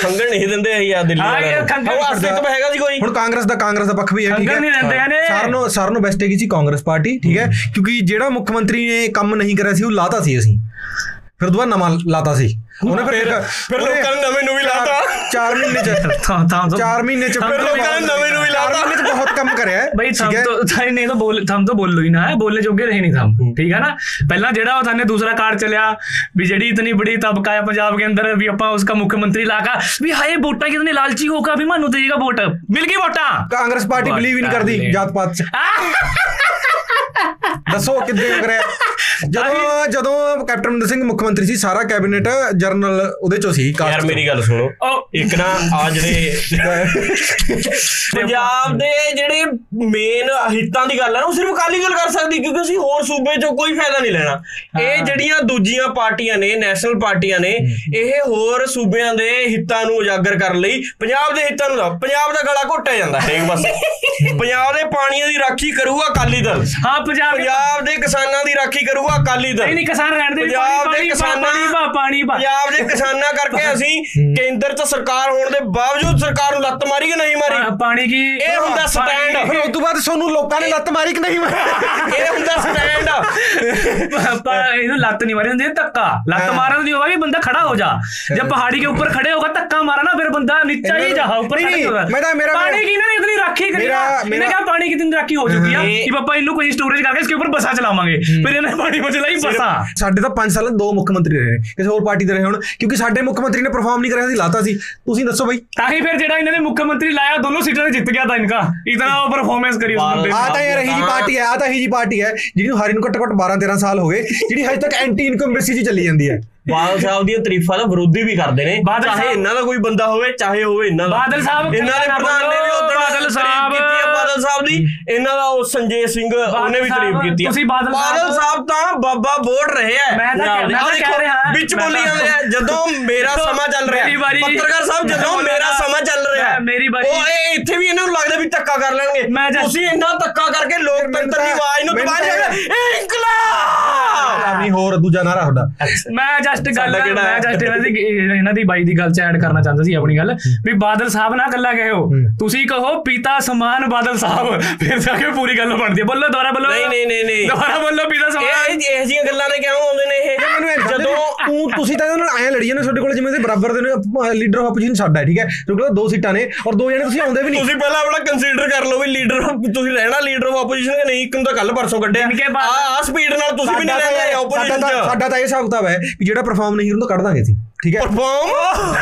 Speaker 3: ਖੰਗਣ ਨਹੀਂ ਦਿੰਦੇ ਅਸੀਂ ਆ ਦਿੱਲੀ
Speaker 2: ਹਾਂ, ਇਹ
Speaker 3: ਵਾਲਿਆਂ ਨੂੰ
Speaker 2: ਖੰਘਣ
Speaker 3: ਉਹ ਅਸਤਿਤਵ ਹੈਗਾ ਸੀ ਕੋਈ
Speaker 1: ਹੁਣ ਕਾਂਗਰਸ ਦਾ ਕਾਂਗਰਸ ਦਾ ਪੱਖ ਵੀ ਹੈ ਠੀਕ
Speaker 2: ਅੰਦਰ ਨਹੀਂ
Speaker 1: ਹੈ
Speaker 2: ਰਹਿੰਦੇ ਨੇ
Speaker 1: ਸਾਰ ਨੂੰ ਸਾਰ ਨੂੰ ਬੈਸਟ ਹੈਗੀ ਸੀ ਕਾਂਗਰਸ ਪਾਰਟੀ ਠੀਕ ਹੈ ਕਿਉਂਕਿ ਜਿਹੜਾ ਮੁੱਖ ਮੰਤਰੀ ਨੇ ਕੰਮ ਨਹੀਂ ਕਰਿਆ ਸੀ ਉਹ ਲਾਤਾ ਸੀ ਅਸੀਂ ਫਿਰ ਦੁਬਾਰਾ ਨਵਾਂ ਲਾਤਾ ਸੀ ਉਹਨੇ ਫਿਰ ਇੱਕ-
Speaker 3: ਫਿਰ
Speaker 1: ਉਹਨੇ
Speaker 3: ਲੋਕਾਂ ਨੇ ਨਵੇਂ ਨੂੰ ਵੀ
Speaker 1: ਚਾਰ-
Speaker 3: ਲਾਤਾ
Speaker 1: ਚਾਰ ਮਹੀਨੇ ਚ
Speaker 2: ਤਾਂ ਤਾਂ ਤਾਂ-
Speaker 1: ਚਾਰ ਮਹੀਨੇ ਚ
Speaker 2: ਫਿਰ
Speaker 3: ਲੋਕਾਂ ਨੇ ਨਵੇਂ ਨੂੰ ਹੀ
Speaker 1: ਚਾਰ
Speaker 3: ਲਾਤਾ।
Speaker 1: ਮਹੀਨੇ ਚ ਬਹੁਤ ਕੰਮ ਕਰਿਆ ਹੈ,
Speaker 2: भाई थम
Speaker 1: ਠੀਕ ਹੈ
Speaker 2: तो थाने नहीं तो बोल थम तो बोल लो ही ना है बोलने जोगे रहे नहीं थम ठीक है ना पहला जेड़ा वो थाने दूसरा कार्ड चलिया भी जेड़ी इतनी बड़ी तबका है पंजाब के अंदर भी अपा उसका मुख्यमंत्री लाका भी हाय वोटा कितने लालची होगा भी मानो देगा वोट मिल गई वोटा
Speaker 1: ਕਾਂਗਰਸ ਪਾਰਟੀ
Speaker 2: ਬਹੁਤ
Speaker 1: ਬਿਲੀਵ ਹੀ ਨਹੀਂ
Speaker 2: ਟਾਲੇ।
Speaker 1: ਕਰਦੀ ਜਾਤ ਪਾਤ ਚ ਦੱਸੋ ਕਿੱਦਾਂ ਕਰਿਆ ਜਦੋਂ ਜਦੋਂ ਕੈਪਟਨ ਅਮਰਿੰਦਰ ਸਿੰਘ ਮੁੱਖ ਮੰਤਰੀ ਸੀ ਸਾਰਾ ਕੈਬਨਿਟ ਜਰਨਲ ਉਹਦੇ ਚੋਂ ਸੀ cast
Speaker 3: ਯਾਰ
Speaker 1: ਚੋਂ।
Speaker 3: ਮੇਰੀ ਗੱਲ ਸੁਣੋ
Speaker 2: ओ
Speaker 3: ਇੱਕ ਨਾ ਆ ਜਿਹੜੇ ਪੰਜਾਬ ਦੇ ਜਿਹੜੇ ਮੇਨ ਹਿੱਤਾਂ ਦੀ ਗੱਲ ਹੈ ਨਾ ਉਹ ਸਿਰਫ ਅਕਾਲੀ ਦਲ ਕਰ ਸਕਦੀ ਕਿਉਂਕਿ ਅਸੀਂ ਹੋਰ ਸੂਬੇ 'ਚੋਂ ਕੋਈ ਫਾਇਦਾ ਨਹੀਂ ਲੈਣਾ ਇਹ ਜਿਹੜੀਆਂ ਦੂਜੀਆਂ ਪਾਰਟੀਆਂ ਨੇ ਨੈਸ਼ਨਲ ਪਾਰਟੀਆਂ ਨੇ ਇਹ ਹੋਰ ਸੂਬਿਆਂ ਦੇ ਹਿੱਤਾਂ ਨੂੰ ਉਜਾਗਰ ਕਰਨ ਲਈ ਪੰਜਾਬ ਦੇ ਹਿੱਤਾਂ ਨੂੰ ਦਾ ਪੰਜਾਬ ਦਾ ਗਲਾ ਘੋਟਿਆ ਜਾਂਦਾ ਹੈ ਬਸ ਪੰਜਾਬ ਦੇ ਪਾਣੀਆਂ ਦੀ ਰਾਖੀ ਕਰੂਗਾ ਅਕਾਲੀ ਦਲ
Speaker 2: हाँ पंजाब
Speaker 3: ਪੰਜਾਬ ਦੇ ਕਿਸਾਨਾਂ ਦੀ ਰਾਖੀ ਕਰੂਗਾ ਅਕਾਲੀ
Speaker 2: नहीं
Speaker 3: ਦਲ
Speaker 2: नहीं किसान रहने दे भी पानी-
Speaker 3: पंजाब दे
Speaker 2: पानी पा-
Speaker 3: किसानां-
Speaker 2: पानी पा पानी पा
Speaker 3: ਪੰਜਾਬ ਦੇ ਕਿਸਾਨਾਂ ਕਰਕੇ ਅਸੀਂ ਕੇਂਦਰ 'ਚ ਸਰਕਾਰ ਹੋਣ ਦੇ ਬਾਵਜੂਦ ਸਰਕਾਰ ਨੂੰ ਲੱਤ ਮਾਰੀ ਕਿ ਨਹੀਂ ਮਾਰੀ
Speaker 2: पा- पानी की
Speaker 3: ਇਹ ਹੁੰਦਾ
Speaker 2: पानी-
Speaker 3: ਸਟੈਂਡ
Speaker 1: ਫਿਰ ਉਸ ਤੋਂ ਬਾਅਦ ਸੋਨੂੰ ਲੋਕਾਂ ਨੇ ਲੱਤ ਮਾਰੀ ਕਿ ਨਹੀਂ ਮਾਰੀ?
Speaker 3: ਇਹ ਹੁੰਦਾ ਸਟੈਂਡ
Speaker 2: पर ये लत नहीं मारी होती है, धक्का लत
Speaker 1: हाँ।
Speaker 2: मारा नहीं होगा भी बंदा खड़ा हो जा जब पहाड़ी के ऊपर खड़े होगा धक्का मारा ना फिर बंदा नीचे ही
Speaker 1: इन्होंने-
Speaker 2: जा ऊपर
Speaker 1: नहीं,
Speaker 2: खड़े
Speaker 1: नहीं,
Speaker 2: होगा।
Speaker 1: मैडम, मेरा-
Speaker 2: पानी की ना इतनी राखी करी ना
Speaker 1: मेरा-
Speaker 2: इन्हें
Speaker 1: मेरा-
Speaker 2: कहा पानी की इतनी राखी हो चुकी है
Speaker 3: ये-
Speaker 2: कि पापा इनको कोई स्टोरेज करके इसके ऊपर बसा चलावांगे फिर इन्हें पानी में चलाई बसा
Speaker 1: ਸਾਡੇ ਤਾਂ 5 ਸਾਲਾਂ 'ਚ ਦੋ ਮੁੱਖ ਮੰਤਰੀ ਰਹੇ ਨੇ, ਕਿਸੇ ਹੋਰ ਪਾਰਟੀ ਦੇ ਰਹੇ ਹੁਣ ਕਿਉਂਕਿ ਸਾਡੇ ਮੁੱਖ ਮੰਤਰੀ ਨੇ ਪਰਫਾਰਮ ਨਹੀਂ ਕਰਿਆ ਸੀ ਲਾਤਾ ਸੀ ਤੁਸੀਂ ਦੱਸੋ ਬਈ
Speaker 2: ताकि फिर जेड़ा इन्होंने मुख्यमंत्री लाया दोनों सीटों ने जीत गया था इनका इतना वो परफॉर्मेंस करी उस बंदे ने।
Speaker 1: ਆ ਤਾਂ ਇਹ ਰਹੀ ਜੀ ਪਾਰਟੀ ਹੈ ਆ ਤਾਂ ਇਹੀ ਜੀ ਪਾਰਟੀ ਹੈ ਜਿਹੜੀ ਨੂੰ ਹਰੀ ਨੂੰ ਘੱਟੋ ਘੱਟ 12 13 ਸਾਲ ਹੋ ਗਏ ਜਿਹੜੀ ਹਜੇ ਤੱਕ ਐਂਟੀ ਇਨਕਮਬੈਂਸੀ 'ਚ ਚੱਲੀ ਜਾਂਦੀ ਹੈ
Speaker 3: ਬਾਦਲ ਸਾਹਿਬ ਦੀਆਂ ਤਾਰੀਫਾਂ ਦਾ ਵਿਰੋਧੀ ਵੀ ਕਰਦੇ ਨੇ
Speaker 2: ਬਾਦਲ
Speaker 3: ਚਾਹੇ
Speaker 2: ਸਾਹਿਬ-
Speaker 3: ਇਹਨਾਂ ਦਾ ਕੋਈ ਬੰਦਾ ਹੋਵੇ ਚਾਹੇ ਹੋਵੇ ਇਹਨਾਂ ਦਾ
Speaker 2: ਬਾਦਲ ਸਾਹਿਬ
Speaker 3: ਇਹਨਾਂ ਦੇ
Speaker 2: ਕਹਿੰਦੇ ਨਾ
Speaker 3: ਪ੍ਰਧਾਨ ਨੇ ਵੀ ਉਦੋਂ
Speaker 2: ਬਾਦਲ
Speaker 3: ਬਾਦਲ ਸਾਹਿਬ
Speaker 2: ਸਾਹਿਬ-
Speaker 3: ਕੀਤੀ ਹੈ ਬਾਦਲ ਸਾਹਿਬ ਦੀ ਇਹਨਾਂ ਦਾ ਉਹ ਸੰਜੇ ਸਿੰਘ ਉਹਨੇ ਵੀ ਤਾਰੀਫ
Speaker 2: ਸਾਹਿਬ-
Speaker 3: ਕੀਤੀ ਹੈ
Speaker 2: ਤੁਸੀਂ ਬਾਦਲ
Speaker 3: ਬਾਦਲ
Speaker 2: ਸਾਹਿਬ-
Speaker 3: ਸਾਹਿਬ ਤਾਂ ਬਾਬਾ ਬੋੜ ਰਹੇ ਹੈ
Speaker 2: ਮੈਂ ਤਾਂ
Speaker 3: ਪੰਜਾਬ ਦੇ।
Speaker 2: ਕਹਿ- ਮੈਂ ਤਾਂ
Speaker 3: ਆਹ
Speaker 2: ਕਹਿ
Speaker 3: ਦੇਖੋ,
Speaker 2: ਰਿਹਾ।
Speaker 3: ਵਿੱਚ
Speaker 2: ਮੈਂ
Speaker 3: ਬੋਲੀ
Speaker 2: ਤਾਂ-
Speaker 3: ਜਾਂਦੇ ਆ ਜਦੋਂ ਮੇਰਾ
Speaker 2: ਜਦੋਂ
Speaker 3: ਸਮਾਂ ਚੱਲ ਰਿਹਾ ਹੈ।
Speaker 2: ਮੇਰੀ ਵਾਰੀ-
Speaker 3: ਪੱਤਰਕਾਰ ਸਾਹਿਬ
Speaker 2: ਮੈਂ
Speaker 3: ਜਦੋਂ
Speaker 2: ਬੋਲਣਾ-
Speaker 3: ਮੇਰਾ ਸਮਾਂ ਚੱਲ ਰਿਹਾ ਹੈ।
Speaker 2: ਮੈਂ- ਮੇਰੀ ਵਾਰੀ-
Speaker 3: ਉਹ ਇਹ- ਇੱਥੇ ਵੀ ਇਹਨਾਂ ਨੂੰ ਲੱਗਦਾ ਵੀ ਧੱਕਾ ਕਰ
Speaker 2: ਮੈਂ
Speaker 3: ਲੈਣਗੇ
Speaker 2: ਜਾਂ-
Speaker 3: ਤੁਸੀਂ ਇੰਨਾ ਧੱਕਾ ਕਰਕੇ ਲੋਕਤੰਤਰ ਦੀ
Speaker 1: ਤਾਂ-
Speaker 3: ਆਵਾਜ਼ ਨੂੰ
Speaker 1: ਮੈਨੂੰ
Speaker 3: ਦਬਾ
Speaker 1: ਤਾਂ-
Speaker 3: ਲਿਆ ਇਨਕਲਾਬ
Speaker 1: ਨਹੀਂ ਹੋਰ ਦੂਜਾ ਨਾਰਾ ਤੁਹਾਡਾ
Speaker 2: ਮੈਂ ਜਸਟ ਗੱਲ
Speaker 3: ਸਾਡਾ ਕਿਹੜਾ
Speaker 2: ਮੈਂ
Speaker 3: ਹੈ?
Speaker 2: ਜਸਟ ਇਹਨਾਂ ਦੀ ਇਹਨਾਂ ਦੀ ਬਾਈ ਦੀ ਗੱਲ ਚ ਐਡ ਕਰਨਾ ਚਾਹੁੰਦਾ ਸੀ ਆਪਣੀ ਗੱਲ ਵੀ ਬਾਦਲ ਸਾਹਿਬ ਨਾਲ ਗੱਲਾਂ ਗਏ ਹੋ ਤੁਸੀਂ ਕਹੋ ਪਿਤਾ ਸਮਾਨ ਬਾਦਲ ਸਾਹਿਬ ਫਿਰ ਜਾ ਕੇ ਪੂਰੀ ਗੱਲ ਬਣਦੀ ਹੈ ਬੋਲੋ ਦੁਬਾਰਾ ਬੋਲੋ
Speaker 3: ਨਹੀਂ, ਨਹੀਂ, ਨਹੀਂ, ਨਹੀਂ।
Speaker 2: ਦੁਬਾਰਾ ਬੋਲੋ ਪਿਤਾ
Speaker 3: ਇਹ
Speaker 2: ਸਮਾਨ
Speaker 3: ਇਹ ਇਹੋ ਜਿਹੀਆਂ ਗੱਲਾਂ ਨੇ ਕਿਉਂ ਆਉਂਦੇ ਨੇ ਇਹ
Speaker 1: ਜਦੋਂ ਤੂੰ ਤੁਸੀਂ ਤਾਂ ਇਹਨਾਂ ਨਾਲ ਐ ਲੜੀ ਜਾਂਦੇ ਹੋ, ਤੁਹਾਡੇ ਕੋਲ ਜਿਵੇਂ ਦੇ ਬਰਾਬਰ ਦੇ ਲੀਡਰ ਆਫ ਆਪੋਜੀਸ਼ਨ ਸਾਡਾ ਹੈ ਠੀਕ ਹੈ ਤੁਹਾਡੇ ਕੋਲ ਦੋ ਸੀਟਾਂ ਨੇ ਔਰ ਦੋ ਜਣੇ ਤੁਸੀਂ ਆਉਂਦੇ ਵੀ ਨਹੀਂ
Speaker 3: ਤੁਸੀਂ ਪਹਿਲਾਂ ਆਪਣਾ ਕੰਸੀਡਰ ਕਰ ਲਓ ਵੀ ਲੀਡਰ ਤੁਸੀਂ ਰਹਿਣਾ ਲੀਡਰ ਆਫ ਆਪੋਜੀਸ਼ਨ ਕਿ ਨਹੀਂ ਇੱਕ ਨੂੰ ਤਾਂ ਕੱਲ ਪਰਸੋਂ ਕੱਢਿਆ
Speaker 2: ਇਨਕੇ ਬਾਅਦ-
Speaker 3: ਆ ਆ ਸਪੀਡ ਨਾਲ ਤੁਸੀਂ ਵੀ ਨਹੀਂ
Speaker 1: ਸਾਡਾ
Speaker 3: ਰਹਿੰਦੇ
Speaker 1: ਤਾਂ-
Speaker 3: ਆਪੋਜੀਸ਼ਨ
Speaker 1: ਸਾਡਾ ਤਾਂ-
Speaker 3: ਚ
Speaker 1: ਸਾਡਾ ਤਾਂ ਇਹ ਹਿਸਾਬ ਕਿਤਾਬ ਹੈ ਵੀ ਜਿਹੜਾ ਪਰਫਾਰਮ ਨਹੀਂ ਹੁੰਦਾ ਕੱਢ ਦਾਂਗੇ ਅਸੀਂ ਠੀਕ ਹੈ
Speaker 3: ਪਰਫਾਰਮ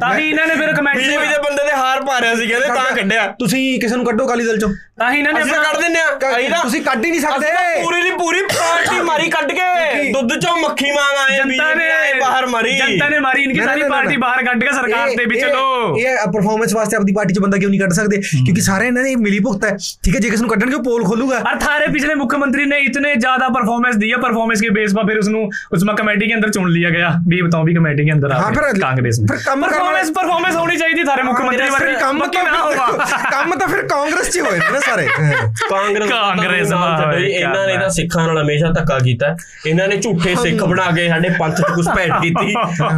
Speaker 2: ਤਾਂ ਹੀ ਇਹਨਾਂ ਨੇ ਫਿਰ ਕਮੈਂਟ
Speaker 3: ਬੀਜੇਪੀ ਦੇ ਬੰਦੇ ਨੇ ਹਾਰ ਪਾ ਰਿਆ ਸੀ ਕਹਿੰਦੇ ਤਾਂ ਕੱਢਿਆ
Speaker 1: ਤੁਸੀਂ ਕਿਸੇ ਨੂੰ ਕੱਢੋ ਅਕਾਲੀ ਦਲ ਚੋਂ
Speaker 2: ਤਾਂ ਹੀ ਇਹਨਾਂ ਨੇ
Speaker 3: ਅਸੀਂ ਤਾਂ ਕੱਢ
Speaker 2: ਆਪਣਾ
Speaker 3: ਦਿੰਨੇ ਆ ਅਸੀਂ ਤਾਂ-
Speaker 1: ਤੁਸੀਂ ਕੱਢ ਹੀ ਨਹੀਂ
Speaker 3: ਅਸੀਂ
Speaker 1: ਸਕਦੇ
Speaker 3: ਤਾਂ ਪੂਰੀ ਦੀ ਪੂਰੀ ਪਾਰਟੀ ਮਾਰੀ ਕੱਢ ਕੇ ਦੁੱਧ ਚੋਂ ਮੱਖੀ ਮੰਗ ਆਏ
Speaker 2: ਜਨਤਾ
Speaker 3: BJP
Speaker 2: ਨੇ
Speaker 3: ਆਏ ਬਾਹਰ ਮਾਰੀ
Speaker 2: ਜਨਤਾ ਨੇ ਮਾਰੀ ਇਨਕੀ
Speaker 1: ਨਾ, ਨਾ,
Speaker 2: ਸਾਰੀ
Speaker 1: ਨਾ, ਨਾ।
Speaker 2: ਪਾਰਟੀ ਬਾਹਰ ਕੱਢ ਕੇ ਸਰਕਾਰ ਦੇ ਵਿੱਚ
Speaker 1: ਇਹ-
Speaker 2: ਲੋ
Speaker 1: ਇਹ ਪਰਫਾਰਮੈਂਸ ਵਾਸਤੇ ਆਪਣੀ ਪਾਰਟੀ ਚ ਬੰਦਾ ਕਿਉਂ ਨਹੀਂ ਕੱਢ ਸਕਦੇ ਕਿਉਂਕਿ ਸਾਰੇ ਇਹਨਾਂ ਨੇ ਮਿਲੀ ਭੁਗਤ ਹੈ ਠੀਕ ਹੈ ਜੇ ਕਿਸੇ ਨੂੰ ਕੱਢਣਗੇ ਉਹ ਪੋਲ ਖੋਲੂਗਾ
Speaker 2: और थारे पिछले मुख्यमंत्री ने इतने ज्यादा परफॉर्मेंस दिया परफॉर्मेंस के बेस पर फिर उसनु उसमें कमेटी के अंदर चुन लिया गया भी बताओ भी कमेटी के अंदर
Speaker 1: हाँ,
Speaker 2: आपने
Speaker 1: फिर-
Speaker 2: कांग्रेस ने
Speaker 1: फिर कम करना-
Speaker 2: परफॉर्मेंस परफॉर्मेंस होनी चाहिए थी थारे मुख्यमंत्री
Speaker 3: मेरा
Speaker 2: पर
Speaker 3: सिर
Speaker 1: ਕੰਮ
Speaker 2: मक्के
Speaker 1: ਤਾਂ
Speaker 2: ना होगा
Speaker 1: ਫਿਰ ਕੰਮ ਤਾਂ ਫਿਰ ਕਾਂਗਰਸ ਚ ਹੀ ਹੋਏ ਨੇ ਨਾ ਸਾਰੇ ਹਾਂ।
Speaker 3: ਕਾਂਗਰਸ ਦਾ ਤਾਂ
Speaker 2: ਕਾਂਗਰਸ
Speaker 3: ਨਾਮ
Speaker 2: ਵਾਹ,
Speaker 3: ਛੱਡੋ ਜੀ,
Speaker 2: ਕਿਆ
Speaker 3: ਇਹਨਾਂ ਨੇ
Speaker 2: ਬਾਤ।
Speaker 3: ਤਾਂ ਸਿੱਖਾਂ ਨਾਲ ਹਮੇਸ਼ਾ ਧੱਕਾ ਕੀਤਾ ਹੈ। ਇਹਨਾਂ ਨੇ ਝੂਠੇ ਸਿੱਖ ਬਣਾ ਕੇ ਸਾਡੇ ਪੰਥ 'ਚ ਘੁਸਪੈਠ ਕੀਤੀ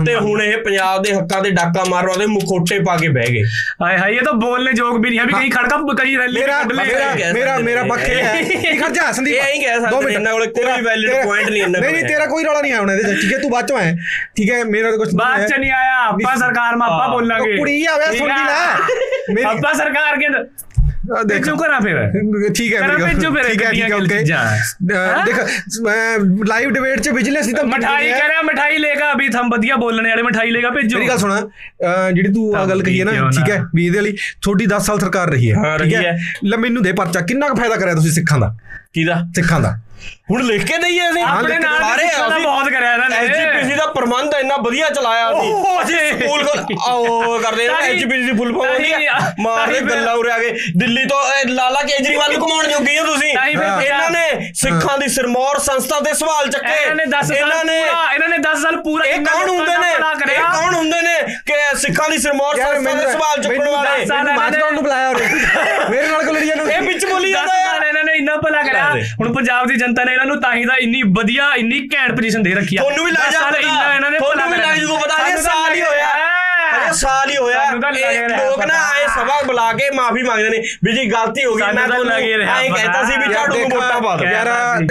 Speaker 3: ਤੇ ਹੁਣ ਇਹ ਪੰਜਾਬ ਦੇ ਹੱਕਾਂ ਤੇ ਡਾਕਾ ਮਾਰਵਾ ਦੇ ਮੁਖੋਟੇ ਪਾ ਕੇ ਬਹਿ ਗਏ
Speaker 2: हाय हाय ये तो बोलने जोग भी नहीं है अभी कहीं खड़का कहीं रैली
Speaker 1: ਮੇਰਾ
Speaker 2: में निकले।
Speaker 1: ਮੇਰਾ ਮੇਰਾ ਮੇਰਾ ਪੱਖ ਇਹ ਹੈ ਕਿ ਖਰਚਾ ਸੰਦੀਪ
Speaker 3: ਇਹ ਐਂ ਹੀ ਕਹਿ ਸਕਦੇ
Speaker 1: ਦੋ
Speaker 3: ਨੇ,
Speaker 1: ਮਿੰਟ।
Speaker 3: ਇਹਨਾਂ ਕੋਲੇ ਕੋਈ
Speaker 1: ਤੇਰਾ-
Speaker 3: valid
Speaker 1: ਤੇਰਾ-
Speaker 3: point ਨਹੀਂ ਇਹਨਾਂ
Speaker 1: ਨਹੀਂ
Speaker 3: ਕੋਲੇ।
Speaker 1: ਨਹੀਂ ਤੇਰਾ ਕੋਈ ਰੌਲਾ ਨਹੀਂ ਆਉਣਾ ਇਹਦੇ ਚ ਠੀਕ ਹੈ ਤੂੰ ਬਾਅਦ ਚੋਂ ਆਇਆ है ठीक है मेरा तो कुछ
Speaker 2: बात च नहीं आया अपा सरकार में अपा
Speaker 3: हाँ।
Speaker 2: बोलेंगे
Speaker 1: कुड़ी आवे सुन ली ना मेरी-
Speaker 2: अपा सरकार के
Speaker 1: है
Speaker 2: जो
Speaker 1: देखो
Speaker 2: करा फिर
Speaker 1: ਠੀਕ ਹੈ
Speaker 2: करा
Speaker 1: ਮੇਰੀ
Speaker 2: फिर जो
Speaker 1: ਗੱਲ।
Speaker 2: फिर
Speaker 1: ਠੀਕ ਹੈ ਠੀਕ ਹੈ ਓਕੇ ਅਹ
Speaker 2: देख
Speaker 1: ਦੇਖ ਲਾਈਵ ਡਿਬੇਟ ਚ ਵਿਜੀਲੈਂਸ ਦੀ ਤਾਂ
Speaker 2: ਮਠਾਈ
Speaker 1: ਹੈ।
Speaker 2: ਕਹ ਰਿਹਾ ਮਠਾਈ ਲੇਗਾ ਅਭੀ ਥਮ ਵਧੀਆ ਬੋਲਣੇ ਵਾਲੇ ਮਠਾਈ ਲੇਗਾ ਭੇਜੋ
Speaker 1: ਮੇਰੀ ਗੱਲ ਸੁਣਾ ਅਹ ਜਿਹੜੀ ਤੂੰ ਆ ਗੱਲ ਕਹੀ ਹੈ ਨਾ
Speaker 2: ਕਿਉਂ ਨਾ?
Speaker 1: ਠੀਕ ਹੈ ਵੀ ਇਹਦੇ ਲਈ ਤੁਹਾਡੀ 10 ਸਾਲ ਸਰਕਾਰ ਰਹੀ ਹੈ
Speaker 3: ਹਾਂ, ਰਹੀ ਹੈ।
Speaker 1: ਲੈ ਮੈਨੂੰ ਦੇ ਪਰਚਾ ਕਿੰਨਾ ਕੁ ਫਾਇਦਾ ਕਰਿਆ ਤੁਸੀਂ ਸਿੱਖਾਂ ਦਾ
Speaker 3: ਕਿਹਦਾ
Speaker 1: ਸਿੱਖਾਂ ਦਾ
Speaker 3: ਹੁਣ ਲਿਖ ਕੇ ਦਈਏ ਅਸੀਂ
Speaker 1: ਹਾਂ,
Speaker 2: ਆਪਣੇ
Speaker 1: ਲੇਕਿਨ
Speaker 2: ਨਾਲ
Speaker 3: ਸਾਰੇ
Speaker 2: ਸਾਰੇ
Speaker 3: ਅਸੀਂ-
Speaker 2: ਬਹੁਤ ਕਰਿਆ ਇਹਨਾਂ ਨੇ
Speaker 3: ਐਜੀਪੀਸੀ ਦਾ ਪ੍ਰਬੰਧ ਇੰਨਾ ਵਧੀਆ ਚਲਾਇਆ ਸੀ
Speaker 2: ਓਹ ਜੀ
Speaker 3: ਸਕੂਲ ਕੋਲ ਆਓ ਕਰਦੇ ਨੇ
Speaker 2: ਤਾਂ ਹੀ-
Speaker 3: ਐਜੀਪੀਸੀ ਦੀ ਫੁੱਲ ਫਾਰਮ ਹੁੰਦੀ
Speaker 2: ਤਾਂ ਹੀ
Speaker 3: ਹੈ
Speaker 2: ਆ-
Speaker 3: ਮਾਰ
Speaker 2: ਤਾਂ
Speaker 3: ਦੇ
Speaker 2: ਹੀ ਫਿਰ-
Speaker 3: ਗੱਲਾਂ ਉਰੇ ਆ ਗਏ ਦਿੱਲੀ ਤੋਂ ਇਹ ਲਾਲਾ ਕੇਜਰੀਵਾਲ ਨੂੰ ਘਮਾਉਣ ਜੋਗੇ ਹੋ ਤੁਸੀਂ
Speaker 2: ਤਾਂ ਹੀ ਫਿਰ
Speaker 3: ਇਹਨਾਂ ਨੇ ਸਿੱਖਾਂ ਦੀ ਸਿਰਮੌਰ ਸੰਸਥਾ ਤੇ ਸਵਾਲ ਚੱਕੇ
Speaker 2: ਇਹਨਾਂ ਨੇ 10 ਸਾਲ
Speaker 3: ਇਹਨਾਂ ਨੇ
Speaker 2: ਪੂਰਾ ਇਹਨਾਂ ਨੇ 10 ਸਾਲ ਪੂਰਾ
Speaker 3: ਇਹ
Speaker 2: ਕਿੰਨਾ
Speaker 3: ਕੌਣ
Speaker 2: ਲੋਕਾਂ
Speaker 3: ਹੁੰਦੇ
Speaker 2: ਦਾ
Speaker 3: ਨੇ
Speaker 2: ਭਲਾ
Speaker 3: ਇਹ
Speaker 2: ਕਰਿਆ।
Speaker 3: ਕੌਣ ਹੁੰਦੇ ਨੇ ਕਿ ਸਿੱਖਾਂ ਦੀ ਸਿਰਮੌਰ
Speaker 1: ਯਾਰ
Speaker 3: ਸੰਸਥਾ
Speaker 1: ਮੈਨੂੰ
Speaker 3: ਦੇ ਸਵਾਲ ਚੁੱਕਣ ਵਾਲੇ
Speaker 2: ਦੱਸ ਸਾਲ
Speaker 1: ਮੈਨੂੰ
Speaker 2: ਇਹਨਾਂ
Speaker 1: ਮਾਚਦਾ ਉਹਨੂੰ
Speaker 2: ਨੇ-
Speaker 1: ਬੁਲਾਇਆ ਉਰੇ। ਮੇਰੇ ਨਾਲ ਕੋਈ ਲੜੀਆਂ ਨੂੰ
Speaker 3: ਇਹ ਵਿੱਚ ਬੋਲੀ
Speaker 2: ਦਸ
Speaker 3: ਜਾਂਦਾ
Speaker 2: ਸਾਲ
Speaker 3: ਹੈ
Speaker 2: ਇਹਨਾਂ ਨੇ ਇੰਨਾ ਭਲਾ ਕਰਿਆ
Speaker 3: ਦੇ।
Speaker 2: ਹੁਣ ਪੰਜਾਬ ਦੀ ਜਨਤਾ ਨੇ ਇਹਨਾਂ ਨੂੰ ਤਾਂ ਹੀ ਤਾਂ ਇੰਨੀ ਵਧੀਆ ਇੰਨੀ ਘੈਂਟ ਪੋਜੀਸ਼ਨ ਦੇ ਰੱਖੀ ਆ
Speaker 3: ਤੁਹਾਨੂੰ ਵੀ ਲੱਗ
Speaker 2: ਦਸ
Speaker 3: ਜਾ
Speaker 2: ਸਾਲ
Speaker 3: ਪਤਾ।
Speaker 2: ਇੰਨਾ ਇਹਨਾਂ ਨੇ
Speaker 3: ਤੁਹਾਨੂੰ ਵੀ ਲੱਗ ਜੂਗਾ ਪਤਾ ਇਹ ਸਾਲ ਹੀ ਹੋਇਆ ਹਲੇ ਸਾਲ ਹੀ ਹੋਇਆ
Speaker 2: ਸਾਨੂੰ ਤਾਂ ਲੱਗ
Speaker 3: ਇਹ
Speaker 2: ਰਿਹਾ
Speaker 3: ਲੋਕ ਨਾ
Speaker 2: ਪਤਾ।
Speaker 3: ਆਏ ਸਭਾ ਬੁਲਾ ਕੇ ਮਾਫੀ ਮੰਗਦੇ ਨੇ ਵੀ ਜੀ ਗਲਤੀ ਹੋ ਗਈ
Speaker 2: ਸਾਨੂੰ
Speaker 3: ਮੈਂ
Speaker 2: ਤਾਂ ਲੱਗ ਹੀ
Speaker 3: ਤੁਹਾਨੂੰ
Speaker 2: ਰਿਹਾ
Speaker 3: ਐਂ ਕਹਿਤਾ ਸੀ ਵੀ
Speaker 2: ਪਤਾ।
Speaker 3: ਝਾੜੂ ਨੂੰ
Speaker 1: ਦੇਖ,
Speaker 3: ਵੋਟਾਂ ਪਾ ਦਿਓ
Speaker 1: ਯਾਰ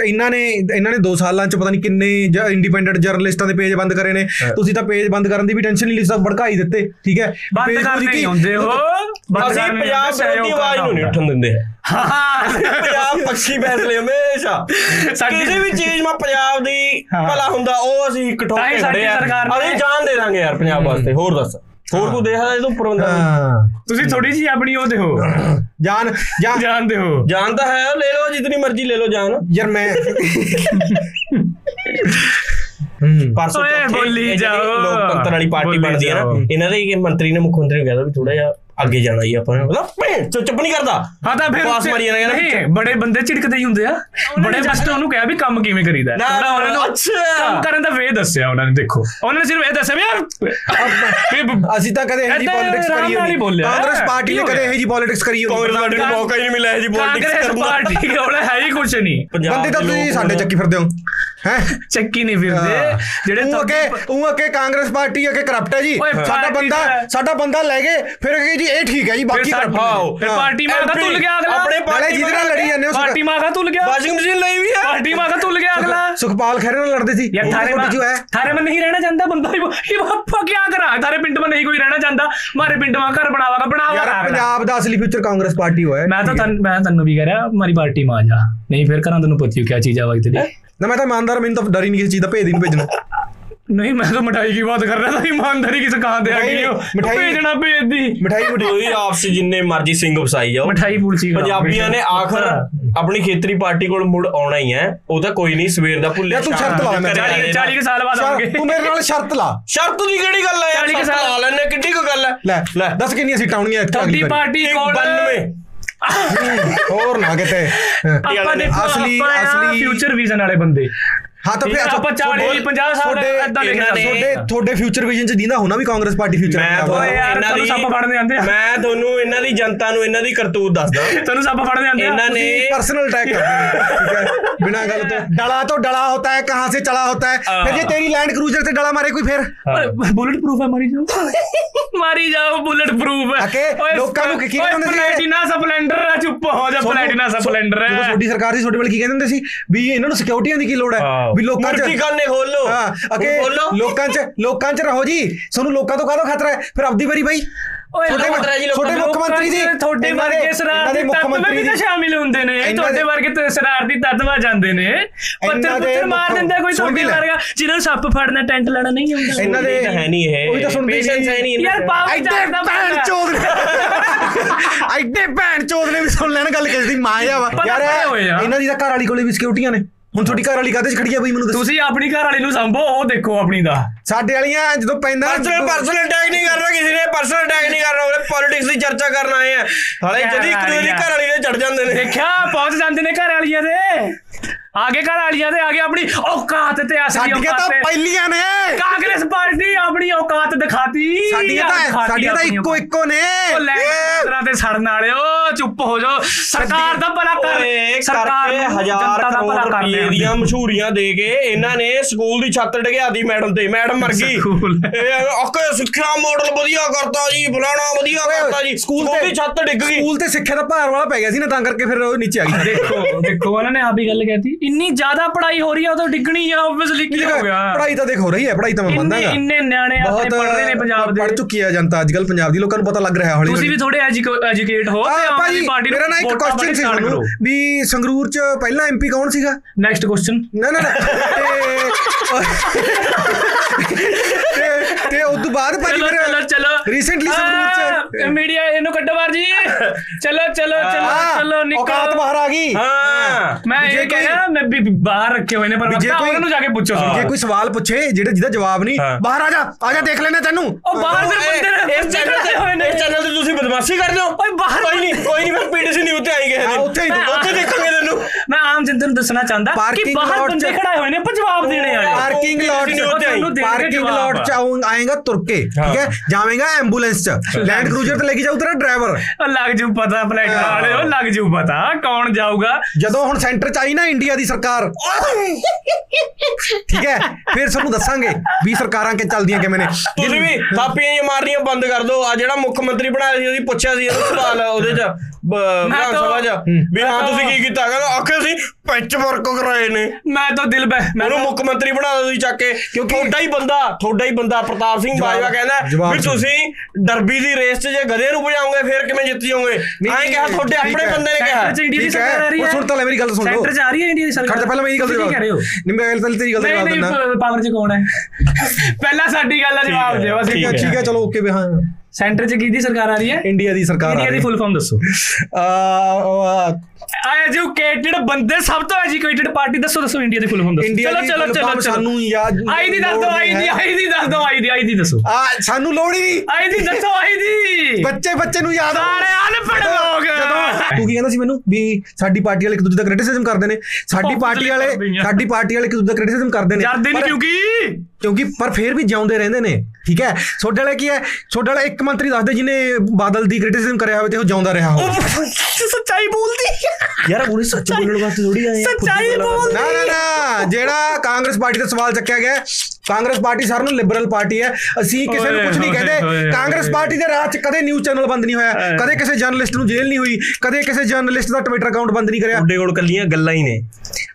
Speaker 1: ਇਹਨਾਂ ਨੇ ਇਹਨਾਂ ਨੇ 2 ਸਾਲਾਂ ਚ ਪਤਾ ਨਹੀਂ ਕਿੰਨੇ ਇੰਡੀਪੈਂਡੈਂਟ ਜਰਨਲਿਸਟਾਂ ਦੇ ਪੇਜ ਬੰਦ ਕਰੇ ਨੇ ਤੁਸੀਂ ਤਾਂ ਪੇਜ ਬੰਦ ਕਰਨ ਦੀ ਵੀ ਟੈਨਸ਼ਨ ਨਹੀਂ ਲਈ ਸਭ ਭੜਕਾਈ ਦਿੱਤੇ ਠੀਕ ਹੈ
Speaker 2: ਬੰਦ
Speaker 1: Facebook
Speaker 2: ਕਰਨੇ
Speaker 1: ਕੀ-
Speaker 2: ਹੀ ਹੁੰਦੇ ਹੋ ਬੰਦ
Speaker 3: ਅਸੀਂ
Speaker 2: ਕਰਨੇ ਹੀ
Speaker 3: ਪੰਜਾਬ
Speaker 2: ਹੁੰਦੇ,
Speaker 3: ਵਿਰੋਧੀ ਆਵਾਜ਼ ਨੂੰ ਨਹੀਂ ਉੱਠਣ ਦਿੰਦੇ
Speaker 2: ਹਾਂ
Speaker 3: ਪੰਜਾਬ ਪੱਖੀ ਫੈਸਲੇ ਹਮੇਸ਼ਾ
Speaker 2: ਸਾਡੀ-
Speaker 3: ਕਿਸੇ ਵੀ ਚੀਜ਼ ਮਾ ਪੰਜਾਬ ਦੀ
Speaker 2: ਹਾਂ।
Speaker 3: ਭਲਾ ਹੁੰਦਾ ਉਹ ਅਸੀਂ
Speaker 2: ਤਾਂ
Speaker 3: ਕਟੋਕੇ
Speaker 2: ਹੀ ਸਾਡੀ
Speaker 3: ਖੜੇ ਆ
Speaker 2: ਸਰਕਾਰ ਨੇ-
Speaker 3: ਅਸੀਂ ਜਾਨ ਦੇ ਦਾਂਗੇ ਯਾਰ ਪੰਜਾਬ ਵਾਸਤੇ ਹੋਰ ਦੱਸ ਹੋਰ ਕੋ ਦੇਖਦਾ ਇਹ ਤੋਂ ਪ੍ਰਬੰਧ
Speaker 1: ਹਾਂ
Speaker 2: ਤੁਸੀਂ ਥੋੜੀ ਜੀ ਆਪਣੀ ਉਹ ਦਿਓ
Speaker 1: ਜਾਨ ਜਾਨ
Speaker 2: ਜਾਣਦੇ ਹੋ
Speaker 3: ਜਾਨ ਤਾਂ ਹੈ ਲੈ ਲਓ ਜਿੰਨੀ ਮਰਜ਼ੀ ਲੈ ਲਓ ਜਾਨ
Speaker 1: ਯਾਰ ਮੈਂ ਹੂੰ
Speaker 3: ਪਰਸੋਂ
Speaker 2: ਓਏ,
Speaker 3: ਚੌਥੇ
Speaker 2: ਬੋਲੀ
Speaker 3: ਇਹ ਜਿਹੜੀ
Speaker 2: ਜਾਓ।
Speaker 3: ਲੋਕਤੰਤਰ ਵਾਲੀ ਪਾਰਟੀ
Speaker 2: ਬੋਲੀ
Speaker 3: ਬਣਦੀ ਹੈ ਨਾ
Speaker 2: ਜਾਓ।
Speaker 3: ਇਹਨਾਂ ਦੇ ਇੱਕ ਮੰਤਰੀ ਨੇ ਮੁੱਖ ਮੰਤਰੀ ਨੂੰ ਕਹਿਦਾ ਵੀ ਥੋੜਾ ਜਿਹਾ ਅੱਗੇ ਜਾਣਾ ਹੀ ਆਪਾਂ ਨੇ ਮਤਲਬ ਭੈਣ ਚੋ ਚੁੱਪ ਨਹੀਂ ਕਰਦਾ
Speaker 2: ਹਾਂ ਤਾਂ ਫਿਰ
Speaker 3: ਬਕਵਾਸ ਮਾਰੀ ਜਾਂਦਾ ਕਹਿੰਦਾ
Speaker 2: ਨਹੀਂ ਬੜੇ ਬੰਦੇ ਝਿੜਕਦੇ ਹੀ ਹੁੰਦੇ ਆ ਬੜੇ ਬਸਤੇ ਉਹਨੂੰ ਕਿਹਾ ਵੀ ਕੰਮ ਕਿਵੇਂ ਕਰੀਦਾ ਹੈ।
Speaker 3: ਨਾ,
Speaker 2: ਥੋੜ੍ਹਾ ਉਹਨਾਂ ਨੂੰ
Speaker 3: ਅੱਛਾ।
Speaker 2: ਕੰਮ ਕਰਨ ਦਾ ਵੇ ਦੱਸਿਆ ਉਹਨਾਂ ਨੇ ਦੇਖੋ ਉਹਨਾਂ ਨੇ ਸਿਰਫ ਇਹ ਦੱਸਿਆ ਵੀ ਯਾਰ ਵੀ ਬ-
Speaker 1: ਅਸੀਂ ਤਾਂ ਕਦੇ ਇਹੋ ਜਿਹੀ
Speaker 2: ਏਦਾਂ
Speaker 1: ਪੋਲਿਟਿਕਸ ਕਰੀ
Speaker 2: ਆਰਾਮ ਨਾਲ ਹੀ
Speaker 1: ਹੋਣੀ
Speaker 2: ਬੋਲਿਆ।
Speaker 1: ਕਾਂਗਰਸ ਪਾਰਟੀ
Speaker 2: ਕੀ
Speaker 1: ਨੇ
Speaker 2: ਹੋ
Speaker 1: ਕਦੇ
Speaker 2: ਗਿਆ?
Speaker 1: ਇਹੋ ਜਿਹੀ ਪੋਲਿਟਿਕਸ ਕਰੀ ਹੋਣੀ
Speaker 3: ਕਾਂਗਰਸ ਪਾਰਟੀ ਨੂੰ ਮੌਕਾ ਹੀ ਨਹੀਂ ਮਿਲਿਆ ਜੀ ਪੋਲਿਟਿਕਸ
Speaker 2: ਕਾਂਗਰਸ
Speaker 3: ਕਰਨ ਦਾ
Speaker 2: ਪਾਰਟੀ ਕੋਲ ਹੈ ਹੀ ਕੁਛ ਨਹੀਂ
Speaker 3: ਪੰਜਾਬ
Speaker 1: ਬੰਦੇ ਤਾਂ
Speaker 3: ਦੇ
Speaker 1: ਤੁਸੀਂ
Speaker 3: ਲੋਕ
Speaker 1: ਸਾਡੇ ਚੱਕੀ ਫਿਰਦੇ ਹੋ ਹੈ
Speaker 2: ਚੱਕੀ ਨਹੀਂ ਫਿਰਦੇ ਜਿਹੜੇ
Speaker 1: ਜਿਹੜੇ
Speaker 2: ਤੁਹਾਡੇ-
Speaker 1: ਅੱਗੇ ਉਹ ਅੱਗੇ ਕਾਂਗਰਸ ਪਾਰਟੀ ਅੱਗੇ ਕਰਪਟ ਹੈ ਜੀ
Speaker 2: ਓਏ,
Speaker 1: ਸਾਡਾ
Speaker 2: party
Speaker 1: ਬੰਦਾ
Speaker 2: ਤਾਂ-
Speaker 1: ਸਾਡਾ ਬੰਦਾ ਲੈ ਗਏ ਫਿਰ ਕਹੇ ਜੀ ਇਹ ਠੀਕ ਹੈ ਜੀ
Speaker 2: ਫਿਰ
Speaker 1: ਬਾਕੀ
Speaker 2: ਸਾਡੀ-
Speaker 1: ਕਰਪਟ
Speaker 3: ਆਓ।
Speaker 2: ਫਿਰ ਪਾਰਟੀ ਮਾਂ ਦਾ ਤੁੱਲ ਗਿਆ ਅਗਲਾ
Speaker 3: ਆਪਣੇ
Speaker 1: ਨਾਲੇ
Speaker 3: ਪਾਰਟੀ
Speaker 1: ਜਿਹਦੇ ਨਾਲ
Speaker 3: ਵਾਲੇ
Speaker 1: ਲੜੀ ਜਾਂਦੇ ਹੋ
Speaker 2: ਪਾਰਟੀ
Speaker 1: ਸੁਖ-
Speaker 2: ਮਾਂ ਦਾ ਤੁੱਲ ਗਿਆ
Speaker 3: ਵਾਸ਼ਿੰਗ ਮਸ਼ੀਨ ਲਈ ਵੀ ਆ
Speaker 2: ਪਾਰਟੀ ਮਾਂ ਦਾ ਤੁੱਲ ਗਿਆ ਅਗਲਾ
Speaker 1: ਸੁਖਪਾਲ ਖਹਿਰੇ ਨਾਲ ਲੜਦੇ ਸੀ
Speaker 2: यार
Speaker 1: ਉਹ
Speaker 2: थारे
Speaker 1: ਤੁਹਾਡੀ
Speaker 2: में
Speaker 1: ਜੋ ਹੈ
Speaker 2: थारे में नहीं रहना चाहता बंदा ही वो ये बापा क्या करा है? थारे पिंड में नहीं कोई रहना चाहता हमारे पिंड में घर बनावा बनावा
Speaker 1: ਯਾਰ
Speaker 2: रहा है।
Speaker 1: ਪੰਜਾਬ ਦਾ ਅਸਲੀ ਫਿਊਚਰ ਕਾਂਗਰਸ ਪਾਰਟੀ ਹੋਇਆ
Speaker 2: मैं तो तन मैं तन्नू भी कह रहा हमारी पार्टी में आ जा नहीं फिर करा तेन पतियो क्या चीज आवाज तेरी
Speaker 1: ਨਾ ਮੈਂ ਤਾਂ ਇਮਾਨਦਾਰ ਮੈਨੂੰ ਤਾਂ ਡਰ ਹੀ ਨਹੀਂ ਕਿਸੇ ਚੀਜ਼ ਦਾ ਭੇਜ ਹੀ ਨਹੀਂ ਭੇਜਣਾ
Speaker 2: नहीं मैं तो मिठाई की बात कर रहा था ईमानदारी किसे कहां दे आ
Speaker 1: मिठाई-
Speaker 2: गई हो
Speaker 1: मिठाई-
Speaker 2: भेजना भेज दी
Speaker 1: ਮਠਾਈ ਮੁਠਾਈ
Speaker 3: ਕੋਈ ਆਪਸੀ ਜਿੰਨੇ ਮਰਜ਼ੀ ਸਿੰਘ ਵਸਾਈ ਜਾਓ
Speaker 2: मिठाई पूछी
Speaker 3: ਪੰਜਾਬੀਆਂ ਨੇ ਆਖਰ ਆਪਣੀ ਖੇਤਰੀ ਪਾਰਟੀ ਕੋਲ ਮੁੜ ਆਉਣਾ ਹੀ ਹੈ ਉਹ ਤਾਂ ਕੋਈ ਨਹੀਂ ਸਵੇਰ ਦਾ ਭੁੱਲਿਆ
Speaker 1: ਯਾਰ ਤੂੰ
Speaker 3: ਸ਼ਾਮ
Speaker 1: ਸ਼ਰਤ ਲਾ
Speaker 3: ਨੂੰ
Speaker 1: ਮੈਂ
Speaker 3: ਘਰੇ ਆ
Speaker 1: ਚਾਲੀ-
Speaker 3: ਜਾਣਾ।
Speaker 2: चालीस के साल बाद
Speaker 1: ਸ਼ਰ-
Speaker 2: आओगे
Speaker 1: ਤੂੰ ਮੇਰੇ ਨਾਲ ਸ਼ਰਤ ਲਾ
Speaker 3: ਸ਼ਰਤ ਦੀ ਕਿਹੜੀ ਗੱਲ ਹੈ ਯਾਰ
Speaker 2: ਚਾਲੀ ਕੇ
Speaker 3: ਸ਼ਰਤ
Speaker 2: ਸਾਲ-
Speaker 3: ਲਾ ਲੈਣੇ ਕਿੱਡੀ ਕੋ ਗੱਲ ਹੈ
Speaker 1: ਲੈ ਲੈ ਦੱਸ ਕਿੰਨੀਆਂ ਸੀਟਾਂ ਆਉਣਗੀਆਂ ਇੱਥੇ ਅਗਲੀ
Speaker 2: ਤੁਹਾਡੀ
Speaker 1: ਵਾਰੀ?
Speaker 2: ਪਾर्टी कौन
Speaker 3: 92
Speaker 1: ਹੋਰ ਨਾ ਕਿਤੇ ਹਾਂ।
Speaker 2: ਆਪਾਂ
Speaker 3: ਵਾਲੇ
Speaker 2: ਦੇਖੋ
Speaker 1: ਅਸਲੀ-
Speaker 2: ਆਪਾਂ
Speaker 1: ਅਸਲੀ-
Speaker 2: ਫਿਊਚਰ ਵਿਜ਼ਨ ਵਾਲੇ ਬੰਦੇ
Speaker 1: ਹਾਂ ਤਾਂ
Speaker 2: ਠੀਕ
Speaker 1: ਫਿਰ
Speaker 2: ਹੈ, ਆਪਾਂ 40 50 ਸਾਲ
Speaker 1: ਤੁਹਾਡੇ-
Speaker 2: ਇਦਾਂ ਲਿਖਣਾ
Speaker 3: ਇਹਨਾਂ ਨੇ-
Speaker 1: ਤੁਹਾਡੇ ਤੁਹਾਡੇ ਫਿਊਚਰ ਵਿਜ਼ਨ ਚ ਦੀਂਦਾ ਹੋਣਾ ਵੀ ਕਾਂਗਰਸ ਪਾਰਟੀ ਫਿਊਚਰ
Speaker 3: ਮੈਂ ਤੁਹਾਨੂੰ
Speaker 2: ਓਏ ਯਾਰ,
Speaker 3: ਇਹਨਾਂ
Speaker 2: ਤੁਹਾਨੂੰ
Speaker 3: ਦੀ-
Speaker 2: ਸੱਪ ਫੜਨੇ ਆਉਂਦੇ ਆ।
Speaker 3: ਮੈਂ ਤੁਹਾਨੂੰ ਇਹਨਾਂ ਦੀ ਜਨਤਾ ਨੂੰ ਇਹਨਾਂ ਦੀ ਕਰਤੂਤ ਦੱਸਦਾ
Speaker 2: ਤੈਨੂੰ ਸਭ ਫੜਦੇ ਆਂਦੇ
Speaker 3: ਇਹਨਾਂ ਨੇ
Speaker 1: पर्सनल अटैक करते हैं ठीक है बिना गल तो डला तो डला होता है कहाँ से चला होता है फिर ये तेरी लैंड क्रूजर से डला मारे कोई फिर
Speaker 2: ਬੁਲਟ ਪ੍ਰੂਫ ਹੈ ਮਾਰੀ ਜਾਓ ਮਾਰੀ ਜਾਓ ਬੁਲਟ ਪ੍ਰੂਫ ਹੈ
Speaker 1: ਅਕੇ, ਲੋਕਾਂ ਨੂੰ ਕੀ ਕਹਿੰਦੇ ਹੁੰਦੇ ਸੀ?
Speaker 2: ਪਲੈਟੀਨਾ ਸਪਲੈਂਡਰ ਆ ਚੁੱਪ ਹੋ ਜਾ ਪਲੈਟੀਨਾ ਸਪਲੈਂਡਰ
Speaker 1: ਜਦੋਂ
Speaker 2: ਹੈ
Speaker 1: ਛੋਟੀ ਸਰਕਾਰ ਸੀ ਛੋਟੇ ਵੇਲੇ ਕੀ ਕਹਿੰਦੇ ਹੁੰਦੇ ਸੀ ਵੀ ਇਹਨਾਂ ਨੂੰ ਸਿਕਿਉਰਟੀਆਂ ਦੀ ਕੀ ਲੋੜ ਹੈ ਵੀ ਲੋਕਾਂ
Speaker 3: ਮੁਰਗੀ
Speaker 1: ਚ
Speaker 3: ਕੰਨੇ ਖੋਲੋ
Speaker 1: ਹਾਂ ਅਕੇ
Speaker 3: ਖੋਲੋ
Speaker 1: ਲੋਕਾਂ ਚ ਲੋਕਾਂ ਚ ਰਹੋ ਜੀ ਤੁਹਾਨੂੰ ਲੋਕਾਂ ਤੋਂ ਕਾਹਦਾ ਖਤਰਾ ਹੈ ਫਿਰ ਆਪਦੀ ਵਾਰੀ ਬਾਈ
Speaker 2: ਓਏ
Speaker 1: ਛੋਟੇ
Speaker 2: ਲੋਕਾਂ-
Speaker 1: ਮੁੱਖ- ਛੋਟੇ ਮੁੱਖ
Speaker 2: ਲੋਕਾਂ
Speaker 1: ਮੰਤਰੀ ਜੀ
Speaker 2: ਦੇ ਤੁਹਾਡੇ
Speaker 1: ਇਹਨਾਂ ਦੇ-
Speaker 2: ਵਰਗੇ
Speaker 1: ਇਹਨਾਂ ਦੇ
Speaker 2: ਸਰਾਰਤੀ
Speaker 1: ਮੁੱਖ
Speaker 2: ਤੱਤਵ
Speaker 1: ਮੰਤਰੀ
Speaker 2: ਵੀ ਤਾਂ
Speaker 1: ਜੀ।
Speaker 2: ਸ਼ਾਮਿਲ ਹੁੰਦੇ ਨੇ
Speaker 1: ਇਹਨਾਂ
Speaker 2: ਤੁਹਾਡੇ
Speaker 1: ਦੇ-
Speaker 2: ਵਰਗੇ ਤੇ ਸਰਾਰਤੀ ਤੱਤਵਾ ਜਾਂਦੇ ਨੇ
Speaker 1: ਇਹਨਾਂ
Speaker 2: ਪੱਥਰ
Speaker 1: ਦੇ
Speaker 2: ਪੁੱਤਰ ਮਾਰ
Speaker 1: ਮੁੱਖ-
Speaker 2: ਦਿੰਦਾ ਕੋਈ
Speaker 1: ਸੁਣ
Speaker 2: ਤੁਹਾਡੇ
Speaker 1: ਵੀ ਲੈ।
Speaker 2: ਵਰਗਾ ਜਿਹਨਾਂ ਨੂੰ ਸੱਪ ਫੜਨਾ ਟੈਂਟ ਲੈਣਾ ਨਹੀਂ ਆਉਂਦਾ
Speaker 1: ਇਹਨਾਂ ਦੇ
Speaker 3: ਇਹ ਤਾਂ ਹੈ ਨਹੀਂ ਇਹ
Speaker 1: ਉਹੀ ਤਾਂ ਸੁਣਦੀ
Speaker 3: Patience ਹੈ ਨਹੀਂ
Speaker 2: ਯਾਰ ਪਾਪ
Speaker 1: ਐਡੇ
Speaker 2: ਜਾਣਦਾ
Speaker 1: ਭੈਣ
Speaker 2: ਬੰਦਾ।
Speaker 1: ਚੋਦ ਨੇ ਐਡੇ ਭੈਣ ਚੋਦ ਨੇ ਵੀ ਸੁਣ ਲੈਣ ਗੱਲ ਕਿਸੇ ਦੀ ਮਾਂ ਆ ਵਾ
Speaker 2: ਪਤਾ
Speaker 1: ਯਾਰ
Speaker 2: ਕਿਆ ਹੋਇਆ?
Speaker 1: ਇਹਨਾਂ ਦੀ ਤਾਂ ਘਰ ਵਾਲੀ ਕੋਲੇ ਵੀ ਸਿਕਿਉਰਟੀਆਂ ਨੇ ਹੁਣ ਤੁਹਾਡੀ ਘਰ ਵਾਲੀ ਕਾਹਦੇ ਚ ਖੜੀ ਆ ਬਈ ਮੈਨੂੰ ਦੱਸੋ
Speaker 2: ਤੁਸੀਂ ਆਪਣੀ ਘਰ ਵਾਲੀ ਨੂੰ ਸੰਭੋ ਉਹ ਦੇਖੋ ਆਪਣੀ ਦਾ
Speaker 1: ਸਾਡੇ ਵਾਲੀਆਂ ਜਦੋਂ ਪੈਂਦਾ
Speaker 3: ਪਰਸਨਲ ਪਰਸਨਲ ਅਟੈਕ ਨਹੀਂ ਕਰਨਾ ਕਿਸੇ ਨੇ ਪਰਸਨਲ ਅਟੈਕ ਨਹੀਂ ਕਰਨਾ ਉਹਨੇ ਪੋਲਿਟਿਕਸ ਦੀ ਚਰਚਾ ਕਰਨ ਆਏ ਆ ਹਾਲੇ
Speaker 2: ਯਾਰ,
Speaker 3: ਜਦੀ ਇੱਕ ਦੂਜੇ ਦੀ
Speaker 2: ਯਾਰ।
Speaker 3: ਘਰ ਵਾਲੀ ਦੇ ਚੜ ਜਾਂਦੇ ਨੇ
Speaker 2: ਦੇਖਿਆ ਪਹੁੰਚ ਜਾਂਦੇ ਨੇ ਘਰ ਵਾਲੀਆਂ ਦੇ ਆਗੇ ਘਰ ਵਾਲੀਆਂ ਦੇ ਆਗੇ ਆਪਣੀ ਔਕਾਤ ਤੇ ਅਸਲੀ
Speaker 1: ਸਾਡੀਆਂ
Speaker 2: ਔਕਾਤ
Speaker 1: ਤਾਂ
Speaker 2: ਤੇ
Speaker 1: ਪਹਿਲੀਆਂ ਨੇ
Speaker 2: ਕਾਂਗਰਸ ਪਾਰਟੀ ਆਪਣੀ ਔਕਾਤ ਔਕਾਤ ਦਿਖਾਤੀ
Speaker 1: ਸਾਡੀਆਂ ਤਾਂ
Speaker 2: ਦਿਖਾਤੀ
Speaker 1: ਸਾਡੀਆਂ ਤਾਂ
Speaker 2: ਆਪਣੀ
Speaker 1: ਇੱਕੋ
Speaker 2: ਔਕਾਤ।
Speaker 1: ਇੱਕੋ ਨੇ
Speaker 2: ਉਹ ਲੈ ਤਰਾ ਤੇ ਸੜਨ ਵਾਲਿਓ ਚੁੱਪ ਹੋ ਜਾਓ ਸਰਕਾਰ ਦਾ ਭਲਾ
Speaker 3: ਓਏ
Speaker 2: ਕਰ ਸਰਕਾਰ
Speaker 3: ਕਰਕੇ
Speaker 2: ਨੂੰ
Speaker 3: ਹਜ਼ਾਰ
Speaker 2: ਜਨਤਾ ਦਾ
Speaker 3: ਕਰੋੜ
Speaker 2: ਭਲਾ ਕਰ
Speaker 3: ਰੁਪਏ ਦੀਆਂ ਮਸ਼ਹੂਰੀਆਂ ਦੇ ਕੇ ਇਹਨਾਂ ਨੇ ਸਕੂਲ ਦੀ ਛੱਤ ਡਗਿਆਦੀ ਮੈਡਮ ਤੇ ਮੈਡਮ ਮਰ ਗਈ
Speaker 2: ਸਕੂਲ।
Speaker 3: ਇਹ ਓਕੇ ਸਿੱਖਿਆ ਮਾਡਲ ਵਧੀਆ ਕਰਤਾ ਜੀ ਫਲਾਣਾ ਵਧੀਆ ਕਰਤਾ ਜੀ ਸਕੂਲ ਦੀ ਛੱਤ ਡਿੱਗ ਗਈ
Speaker 1: ਸਕੂਲ ਤੇ ਸਿੱਖਿਆ ਦਾ ਭਾਰ ਵਾਲਾ ਪੈ ਗਿਆ ਸੀ ਨਾ ਤਾਂ ਕਰਕੇ ਫਿਰ ਉਹ ਨੀਚੇ ਆ ਗਈ
Speaker 2: ਦੇਖੋ ਦੇਖੋ ਉਹਨਾਂ ਨੇ ਆਪ ਹੀ ਗੱਲ ਕਹਿਤੀ ਇੰਨੀ ਜ਼ਿਆਦਾ ਪੜਾਈ ਹੋ ਰਹੀ ਆ ਉਹ ਤਾਂ ਡਿੱਗਣੀ ਆ ਆਬਵੀਅਸਲੀ ਕੀ ਹੋ ਗਿਆ
Speaker 1: ਪੜਾਈ ਤਾਂ ਦੇਖ ਹੋ ਰਹੀ ਹੈ ਪੜਾਈ ਤਾਂ ਮੈਂ ਮੰਨਦਾ
Speaker 2: ਇੰਨੇ
Speaker 1: ਹਾਂ
Speaker 2: ਇੰਨੇ ਨਿਆਣੇ ਆਪਣੇ ਪੜ ਰਹੇ ਨੇ ਪੰਜਾਬ
Speaker 1: ਪੜ
Speaker 2: ਦੇ
Speaker 1: ਚੁੱਕੀ ਹੈ ਜਨਤਾ ਅੱਜ ਕੱਲ ਪੰਜਾਬ ਦੀ ਲੋਕਾਂ ਨੂੰ ਪਤਾ ਲੱਗ ਰਿਹਾ ਹੌਲੀ
Speaker 2: ਤੁਸੀਂ ਵੀ ਥੋੜੇ ਐਜੂਕੇਟ ਹੋ ਤੇ ਆਪ
Speaker 1: ਭਾਜੀ
Speaker 2: ਦੀ ਪਾਰਟੀ ਨੂੰ
Speaker 1: ਮੇਰਾ ਨਾ ਇੱਕ ਕੁਐਸਚਨ ਸੀ ਤੁਹਾਨੂੰ ਵੀ ਸੰਗਰੂਰ ਚ ਪਹਿਲਾਂ ਐਮਪੀ ਕੌਣ ਸੀਗਾ
Speaker 2: ਨੈਕਸਟ ਕੁਐਸਚਨ
Speaker 1: ਨਾ ਨਾ ਨਾ ਤੇ ਤੇ ਉਸ ਤੋਂ ਬਾਅਦ ਭਾਜੀ
Speaker 2: ਚਲੋ ਚਲੋ ਚਲੋ
Speaker 1: ਰੀਸੈਂਟਲੀ ਸੰਗਰੂਰ ਚ
Speaker 2: ਮੀਡੀਆ ਇਹਨੂੰ ਕੱਢੋ ਬਾਹਰ ਜੀ ਚਲੋ ਚਲੋ ਚਲੋ
Speaker 1: ਆ,
Speaker 2: ਚਲੋ
Speaker 1: ਔਕਾਤ
Speaker 2: ਨਿਕਲ
Speaker 1: ਬਾਹਰ ਆ ਗਈ
Speaker 3: ਹਾਂ
Speaker 2: ਮੈਂ
Speaker 1: ਵੀ ਜੇ
Speaker 2: ਇਹ
Speaker 1: ਕੋਈ-
Speaker 2: ਕਹਿਆ ਮੈਂ ਵੀ ਬਾਹਰ ਰੱਖੇ ਹੋਏ ਨੇ ਪਰ
Speaker 1: ਜੇ
Speaker 2: ਵਕਤਾ
Speaker 1: ਕੋਈ-
Speaker 2: ਉਹਨਾਂ ਨੂੰ ਜਾ ਕੇ ਪੁੱਛੋ
Speaker 1: ਜੇ
Speaker 2: ਸਵਾਲ।
Speaker 1: ਕੋਈ ਸਵਾਲ ਪੁੱਛੇ ਜਿਹੜਾ ਜਿਹਦਾ ਜਵਾਬ ਨਹੀਂ
Speaker 3: ਹਾਂ।
Speaker 1: ਬਾਹਰ ਆ ਜਾ ਆ ਜਾ ਦੇਖ ਲੈਣਾ ਤੈਨੂੰ
Speaker 2: ਉਹ ਬਾਹਰ ਦੇ ਬੰਦੇ ਨੇ
Speaker 3: ਇਸ ਚੈਨਲ ਤੇ
Speaker 2: ਹੋਏ ਨੇ
Speaker 3: ਇਸ ਚੈਨਲ ਤੇ ਤੁਸੀਂ ਬਦਮਾਸ਼ੀ ਕਰਦੇ ਹੋ
Speaker 2: ਓਏ ਬਾਹਰ-
Speaker 3: ਕੋਈ ਨਹੀਂ ਕੋਈ ਨਹੀਂ ਮੈਂ ਪੀਡੀਸੀ ਨਿਊਜ਼ ਤੇ ਆਈ ਗਏ
Speaker 1: ਹਾਂ, ਉੱਥੇ ਹੀ ਤੂੰ-
Speaker 3: ਉੱਥੇ ਦੇਖਾਂਗੇ ਤੈਨੂੰ
Speaker 2: ਮੈਂ ਆਮ ਜਨਤਾ ਨੂੰ ਦੱਸਣਾ ਚਾਹੁੰਦਾ ਕਿ
Speaker 1: Parking
Speaker 2: ਬਾਹਰ
Speaker 1: lot
Speaker 2: ਬੰਦੇ
Speaker 1: ਚ-
Speaker 2: ਖੜਾਏ ਹੋਏ ਨੇ ਪਰ ਜਵਾਬ ਦੇਣੇ ਵਾਲੇ
Speaker 3: Park-
Speaker 1: ਪਾਰਕਿੰਗ
Speaker 3: ਉਹ
Speaker 1: ਲੋਟ
Speaker 3: ਕਿਸੇ ਨੂੰ ਉੱਥੇ
Speaker 2: ਤੁਹਾਨੂੰ ਦੇਣਗੇ
Speaker 1: ਪਾਰਕਿੰਗ
Speaker 2: ਜਵਾਬ।
Speaker 1: ਲੋਟ ਚ ਆਉਂ- ਆਏਗਾ ਤੁਰਕੇ ਠੀਕ ਹੈ ਜਾਵੇਂਗਾ ਐਂਬੂਲੈਂਸ ਚ ਲੈਂਡ ਕਰੂਜ਼ਰ ਤੇ ਲੈ ਕੇ ਜਾਊ ਤੇਰਾ ਡਰਾਈਵਰ
Speaker 2: ਉਹ ਲੱਗ ਜੂ ਪਤਾ ਪਲੈਟ ਵਾਲੇ ਉਹ ਲੱਗ ਜੂ ਪਤਾ ਕੌਣ ਜਾਊਗਾ
Speaker 1: ਜਦੋਂ ਹੁਣ ਸੈਂਟਰ ਚ ਆਈ ਨਾ ਇੰਡੀਆ ਦੀ ਸਰਕਾਰ ਠੀਕ ਹੈ ਫਿਰ ਸਾਨੂੰ ਦੱਸਾਂਗੇ ਵੀ ਸਰਕਾਰਾਂ ਕਿ ਚੱਲਦੀਆਂ ਕਿਵੇਂ ਨੇ
Speaker 3: ਤੁਸੀਂ ਵੀ ਥਾਪੀਆਂ ਜਿਹੀਆਂ ਮਾਰਨੀਆਂ ਬੰਦ ਕਰ ਦਿਓ ਆ ਜਿਹੜਾ ਮੁੱਖ ਮੰਤਰੀ ਬਣਾਇਆ ਸੀ ਉਹਦੀ ਪੁੱਛਿਆ ਸੀ ਇਹਨੂੰ ਸਵਾਲ ਉਹਦੇ ਚ ਬ- ਵਿਧਾਨ
Speaker 2: ਤਾਂ-
Speaker 3: ਸਭਾ ਚ ਵੀ ਹਾਂ ਤੁਸੀਂ ਕੀ ਕੀਤਾ ਕਹਿੰਦਾ ਆਖੇ ਸੀ ਪੈਂਚ ਵਰਕ ਕਰਾਏ ਨੇ
Speaker 2: ਮੈਂ ਤਾਂ ਦਿਲ ਬੈ ਮੈਂ
Speaker 3: ਉਹਨੂੰ ਮੁੱਖ ਮੰਤਰੀ ਬਣਾ ਦਿਓ ਤੁਸੀਂ ਚੱਕ ਕੇ
Speaker 1: ਕਿਉਂਕਿ-
Speaker 3: ਤੁਹਾਡਾ ਹੀ ਬੰਦਾ ਤੁਹਾਡਾ ਹੀ ਬੰਦਾ ਪ੍ਰਤਾਪ ਸਿੰਘ
Speaker 1: ਜਵਾਬ-
Speaker 3: ਬਾਜਵਾ ਕਹਿੰਦਾ
Speaker 1: ਜਵਾਬ
Speaker 3: ਵੀ
Speaker 1: ਸੁਣੋ।
Speaker 3: ਤੁਸੀਂ ਡਰਬੀ ਦੀ ਰੇਸ 'ਚ ਜੇ ਗਧੇ ਨੂੰ ਭਜਾਉਂਗੇ ਫਿਰ ਕਿਵੇਂ ਜਿੱਤ ਜਾਓਗੇ ਐਂ
Speaker 1: ਨਹੀਂ,
Speaker 3: ਕਿਹਾ ਤੁਹਾਡੇ
Speaker 1: ਠੀਕ
Speaker 3: ਆਪਣੇ
Speaker 1: ਹੈ।
Speaker 3: ਬੰਦੇ ਨੇ ਕਿਹਾ
Speaker 2: ਸੈਂਟਰ ਚ ਇੰਡੀਆ ਦੀ
Speaker 1: ਠੀਕ ਹੈ।
Speaker 2: ਸਰਕਾਰ ਆ ਰਹੀ ਹੈ
Speaker 1: ਉਹ ਸੁਣ ਤਾਂ ਲੈ ਮੇਰੀ ਗੱਲ ਸੁਣ ਲਓ।
Speaker 2: ਸੈਂਟਰ ਚ ਆ ਰਹੀ ਹੈ ਇੰਡੀਆ ਦੀ ਸਰਕਾਰ
Speaker 1: ਖੜ ਜਾ ਪਹਿਲਾਂ ਮੇਰੀ ਗੱਲ
Speaker 2: ਤੁਸੀਂ
Speaker 1: ਦੇ ਜਵਾਬ
Speaker 2: ਕੀ ਕਹਿ ਰਹੇ ਹੋ
Speaker 1: ਨਹੀਂ ਮੈਂ ਪਹਿਲਾਂ ਤੇਰੀ ਗੱਲ ਦਾ
Speaker 2: ਨਹੀਂ
Speaker 1: ਜਵਾਬ
Speaker 2: ਨਹੀਂ
Speaker 1: ਦਿੰਦਾ
Speaker 2: ਪਾਵਰ ਚ ਕੌਣ ਹੈ ਪਹਿਲਾਂ ਸਾਡੀ ਗੱਲ ਦਾ ਜਵਾਬ ਦਿਓ ਅਸੀਂ
Speaker 1: ਠੀਕ ਹੈ ਠੀਕ ਹੈ ਚਲੋ ਓਕੇ ਵੀ ਹਾਂ
Speaker 2: ਸੈਂਟਰ ਚ ਕਿਹਦੀ ਸਰਕਾਰ ਆ ਰਹੀ ਹੈ
Speaker 1: ਇੰਡੀਆ ਦੀ ਸਰਕਾਰ ਆ
Speaker 2: ਇੰਡੀਆ ਦੀ
Speaker 1: ਰਹੀ
Speaker 2: ਫੁੱਲ ਫਾਰਮ ਦੱਸੋ
Speaker 1: ਆ
Speaker 2: ਐਜੂਕੇਟਿਡ ਬੰਦੇ ਸਭ ਤੋਂ ਐਜੂਕੇਟਿਡ ਪਾਰਟੀ ਦੱਸੋ ਦੱਸੋ ਇੰਡੀਆ ਦੀ ਫੁੱਲ ਫਾਰਮ ਦੱਸੋ
Speaker 1: ਇੰਡੀਆ
Speaker 2: ਚਲੋ
Speaker 1: ਦੀ
Speaker 2: ਚਲੋ
Speaker 1: full
Speaker 2: ਚਲੋ
Speaker 1: form ਸਾਨੂੰ ਯਾਦ
Speaker 2: ਆਈ ਦੀ ਦੱਸ ਦਿਓ ਆਈ ਦੀ ਆਈ ਦੀ ਦੱਸ ਦਿਓ ਆਈ ਦੀ ਆਈ ਦੀ ਦੱਸੋ
Speaker 1: ਆ ਸਾਨੂੰ ਲੋੜ ਹੀ ਨਹੀਂ
Speaker 2: ਆਈ ਦੀ ਦੱਸੋ ਆਈ ਦੀ
Speaker 1: ਬੱਚੇ ਬੱਚੇ ਨੂੰ ਯਾਦ ਆ
Speaker 2: ਸਾਰੇ ਅਨਪੜ੍ਹ ਲੋਕ
Speaker 1: ਜਦੋਂ ਤੂੰ ਕੀ ਕਹਿੰਦਾ ਸੀ ਮੈਨੂੰ ਵੀ ਸਾਡੀ ਪਾਰਟੀ ਵਾਲੇ ਇੱਕ ਦੂਜੇ ਦਾ ਕ੍ਰਿਟਿਸਿਜ਼ਮ ਕਰਦੇ ਨੇ ਸਾਡੀ
Speaker 2: ਉਹ
Speaker 1: ਪਾਰਟੀ ਵਾਲੇ
Speaker 2: ਕਰਦੇ ਹੀ ਆ।
Speaker 1: ਸਾਡੀ ਪਾਰਟੀ ਵਾਲੇ ਇੱਕ ਦੂਜੇ ਦਾ ਕ੍ਰਿਟਿਸਿਜ਼ਮ ਕਰਦੇ ਨੇ
Speaker 2: ਜਰਦੇ ਨਹੀਂ
Speaker 1: ਪਰ-
Speaker 2: ਕਿਉਂਕਿ
Speaker 1: ਕਿਉਂਕਿ ਪਰ ਫਿਰ ਵੀ ਜਿਉਂਦੇ ਰਹਿੰਦੇ ਨੇ ਠੀਕ ਹੈ ਛੋਡੇ ਵਾਲੇ ਕੀ ਹੈ ਛੋਡੇ ਵਾਲੇ ਇੱਕ ਮੰਤਰੀ ਦੱਸਦੇ ਜਿਹਨੇ ਬਾਦਲ ਦੀ ਕ੍ਰਿਟਿਸਿਜ਼ਮ ਕਰਿਆ ਹੋਵੇ ਤੇ ਉਹ ਜਿਉਂਦਾ ਰਿਹਾ ਹੋਵੇ
Speaker 2: ਸੱਚਾਈ ਬੋਲਦੀ
Speaker 3: ਯਾਰ ਉਹਨੇ ਸੱਚ ਬੋਲਣ ਵਾਸਤੇ ਥੋੜੀ ਆਏ
Speaker 2: ਸੱਚਾਈ ਬੋਲ
Speaker 1: ਨਾ ਨਾ ਨਾ ਜਿਹੜਾ ਕਾਂਗਰਸ ਪਾਰਟੀ ਦਾ ਸਵਾਲ ਚੱਕਿਆ ਗਿਆ ਹੈ, ਕਾਂਗਰਸ ਪਾਰਟੀ ਸਾਰਿਆਂ ਨੂੰ ਲਿਬਰਲ ਪਾਰਟੀ ਹੈ ਅਸੀਂ ਕਿਸੇ ਨੂੰ
Speaker 2: ਓਏ,
Speaker 1: ਕੁਝ ਨਹੀਂ
Speaker 2: ਓਏ,
Speaker 1: ਕਹਿੰਦੇ
Speaker 2: ਓਏ,
Speaker 1: ਕਾਂਗਰਸ
Speaker 2: ਓਏ।
Speaker 1: ਪਾਰਟੀ ਦੇ ਰਾਹ 'ਚ ਕਦੇ ਨਿਊਜ਼ ਚੈਨਲ ਬੰਦ ਨਹੀਂ ਹੋਇਆ ਕਦੇ ਕਿਸੇ ਜਰਨਲਿਸਟ ਨੂੰ ਜੇਲ੍ਹ ਨਹੀਂ ਹੋਈ ਕਦੇ ਕਿਸੇ ਜਰਨਲਿਸਟ ਦਾ ਟਵਿੱਟਰ ਅਕਾਊਂਟ ਬੰਦ ਨਹੀਂ ਕਰਿਆ
Speaker 3: ਤੁਹਾਡੇ ਕੋਲ ਕੱਲੀਆਂ ਗੱਲਾਂ ਹੀ ਨੇ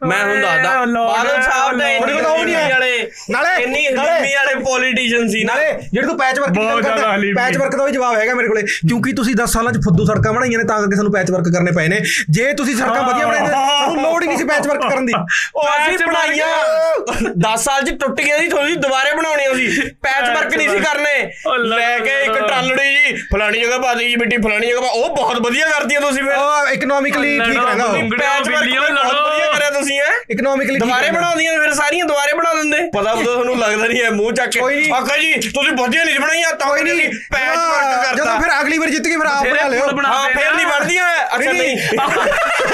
Speaker 3: ਮੈਂ ਹੁਣ ਦੱਸਦਾ
Speaker 2: ਓਏ, ਲੋਕ,
Speaker 3: ਬਾਦਲ ਸਾਹਿਬ ਦੇ
Speaker 2: ਲੋਕ।
Speaker 3: ਇੰਨੀ
Speaker 1: ਉਹਦੇ ਕੋਲ ਉਹ ਨਹੀਂ ਹੈ।
Speaker 3: ਹਲੀਮੀ ਵਾਲੇ
Speaker 1: ਨਾਲੇ-
Speaker 3: ਇੰਨੀ
Speaker 1: ਨਾਲੇ-
Speaker 3: ਹਲੀਮੀ ਵਾਲੇ ਪੋਲੀਟੀਸ਼ੀਅਨ ਸੀ ਨਾ
Speaker 1: ਨਾਲੇ ਜਿਹੜੇ ਤੂੰ ਪੈਚ ਵਰਕ
Speaker 2: ਬਹੁਤ ਜ਼ਿਆਦਾ ਹਲੀਮੀ।
Speaker 1: ਪੈਚ ਵਰਕ ਦਾ ਵੀ ਜਵਾਬ ਹੈਗਾ ਮੇਰੇ ਕੋਲੇ ਕਿਉਂਕਿ ਤੁਸੀਂ 10 ਸਾਲਾਂ 'ਚ ਫੁੱਦੂ ਸੜਕਾਂ ਬਣਾਈਆਂ ਨੇ ਤਾਂ ਕਰਕੇ ਸਾਨੂੰ ਪੈਚ ਵਰਕ ਕਰਨੇ ਪਏ ਨੇ ਜੇ ਤੁਸੀਂ ਸੜਕਾਂ ਵਧੀਆ ਬਣਾਉਂਦੇ ਤੁਹਾਨੂੰ ਲੋੜ ਹੀ ਨਹੀਂ ਸੀ ਪੈਚ ਵਰਕ ਕਰਨ ਦੀ
Speaker 3: ਉਹ ਅਸੀਂ
Speaker 2: ਪੈਚ ਵਰਕ।
Speaker 3: ਬਣਾਈਆਂ 10 ਸਾਲ ਚ ਟੁੱਟ ਗਈਆਂ ਸੀ ਥੋੜੀ ਦੁਬਾਰੇ ਬਣਾਉਣੀਆਂ ਸੀ ਪੈਚ ਵਰਕ ਨਹੀਂ ਸੀ
Speaker 2: ਵਰਕ। ਉਹ
Speaker 3: ਕਰਨੇ
Speaker 2: ਲੈ
Speaker 3: ਲੈ ਕੇ ਇੱਕ
Speaker 2: ਕਰੋ।
Speaker 3: ਟਰਾਲੜੀ ਜੀ ਫਲਾਣੀ ਜਗ੍ਹਾ ਪਾ ਦੇ ਜੀ ਮਿੱਟੀ ਫਲਾਣੀ ਜਗ੍ਹਾ ਪਾ ਉਹ ਬਹੁਤ ਵਧੀਆ ਕਰਦੀ ਆ ਤੁਸੀਂ ਫਿਰ
Speaker 1: ਉਹ ਇਕਨੋਮਿਕਲੀ ਠੀਕ
Speaker 2: ਲੜੋ,
Speaker 1: ਰਹਿੰਦਾ ਉਹ
Speaker 2: ਬਿਲਕੁਲ।
Speaker 3: ਪੈਚ ਵਰਕ
Speaker 2: ਬਿੱਲੀਓ
Speaker 3: ਬਹੁਤ
Speaker 2: ਲੜੋ।
Speaker 3: ਵਧੀਆ ਕਰਿਆ ਤੁਸੀਂ ਹੈ
Speaker 1: ਇਕਨੋਮਿਕਲੀ
Speaker 3: ਦੁਬਾਰੇ ਬਣਾਉਂਦੀਆਂ ਫਿਰ ਸਾਰੀਆਂ ਦੁਬਾਰੇ ਬਣਾ ਦਿੰਦੇ ਪਤਾ ਪਤਾ ਤੁਹਾਨੂੰ ਲੱਗਦਾ ਨਹੀਂ ਹੈ ਮੂੰਹ ਚੱਕ
Speaker 1: ਕੋਈ
Speaker 3: ਕੇ
Speaker 1: ਨਹੀਂ।
Speaker 3: ਆਖਾ ਜੀ ਤੁਸੀਂ ਵਧੀਆ ਨਹੀਂ ਬਣਾਈਆਂ ਤਾਂ ਕੋਈ ਨਹੀਂ ਪੈਚ ਵਰਕ ਕਰਤਾ
Speaker 1: ਜਦੋਂ ਫਿਰ ਅਗਲੀ ਵਾਰ ਜਿੱਤ ਕੇ ਫਿਰ ਆਪ
Speaker 2: ਫਿਰ
Speaker 1: ਬਣਾ ਲਿਓ
Speaker 2: ਪੁੱਲ ਬਣਾ-
Speaker 3: ਹਾਂ ਫਿਰ ਨਹੀਂ ਬਣਦੀਆਂ ਅੱਛਾ ਨਹੀਂ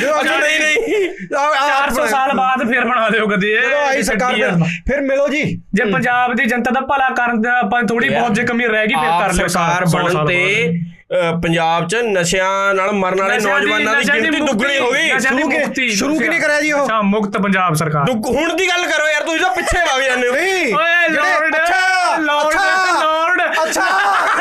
Speaker 1: ਜਦੋਂ
Speaker 3: ਅੱਛਾ ਨਹੀਂ ਨਹੀਂ
Speaker 2: 400 ਸਾਲ ਬਾਅਦ ਫਿਰ ਬਣਾ ਦਿਓ ਕਦੇ ਇਹ
Speaker 1: ਜਦੋਂ ਆਈ ਸਰਕਾਰ ਫਿਰ- ਫਿਰ ਮਿਲੋ ਜੀ
Speaker 2: ਜੇ ਪੰਜਾਬ ਦੀ ਜਨਤਾ ਦਾ ਭਲਾ ਕਰਨ ਦਾ ਆਪਾਂ ਥੋੜੀ ਬਹੁਤ ਜੇ ਕਮੀ ਰਹਿ ਗਈ ਫਿਰ ਕਰ ਲਿਓ
Speaker 3: ਸਰਕਾਰ
Speaker 2: ਸੌ ਸਾਲ
Speaker 3: ਬਣਨ
Speaker 2: ਬਾਅਦ।
Speaker 3: ਤੇ ਅ, ਪੰਜਾਬ 'ਚ ਨਸ਼ਿਆਂ ਨਾਲ ਮਰਨ ਵਾਲੇ
Speaker 2: ਨਸ਼ਿਆਂ ਦੀ-
Speaker 3: ਨੌਜਵਾਨਾਂ ਦੀ
Speaker 2: ਨਸ਼ਿਆਂ
Speaker 3: ਗਿਣਤੀ
Speaker 2: ਮੁਕਤੀ,
Speaker 3: ਦੁੱਗਣੀ ਹੋ ਗਈ
Speaker 2: ਨਸ਼ਿਆਂ ਦੀ
Speaker 1: ਸ਼ੁਰੂ ਕਿ-
Speaker 2: ਮੁਕਤੀ,
Speaker 1: ਸ਼ੁਰੂ ਕਿਹਨੇ ਕਰਿਆ ਜੀ ਉਹ?
Speaker 2: ਅੱਛਾ ਮੁਕਤ ਪੰਜਾਬ ਸਰਕਾਰ
Speaker 3: ਦੁੱਗ- ਹੁਣ ਦੀ ਗੱਲ ਕਰੋ ਯਾਰ ਤੁਸੀਂ ਤਾਂ ਪਿੱਛੇ ਵਗ ਜਾਂਦੇ ਹੋ
Speaker 1: ਨਹੀਂ
Speaker 2: ਓਏ ਲਾਰਡ
Speaker 1: ਅੱਛਾ
Speaker 2: ਲਾਰਡ
Speaker 1: ਅੱਛਾ,
Speaker 2: ਲਾਰਡ
Speaker 1: ਅੱਛਾ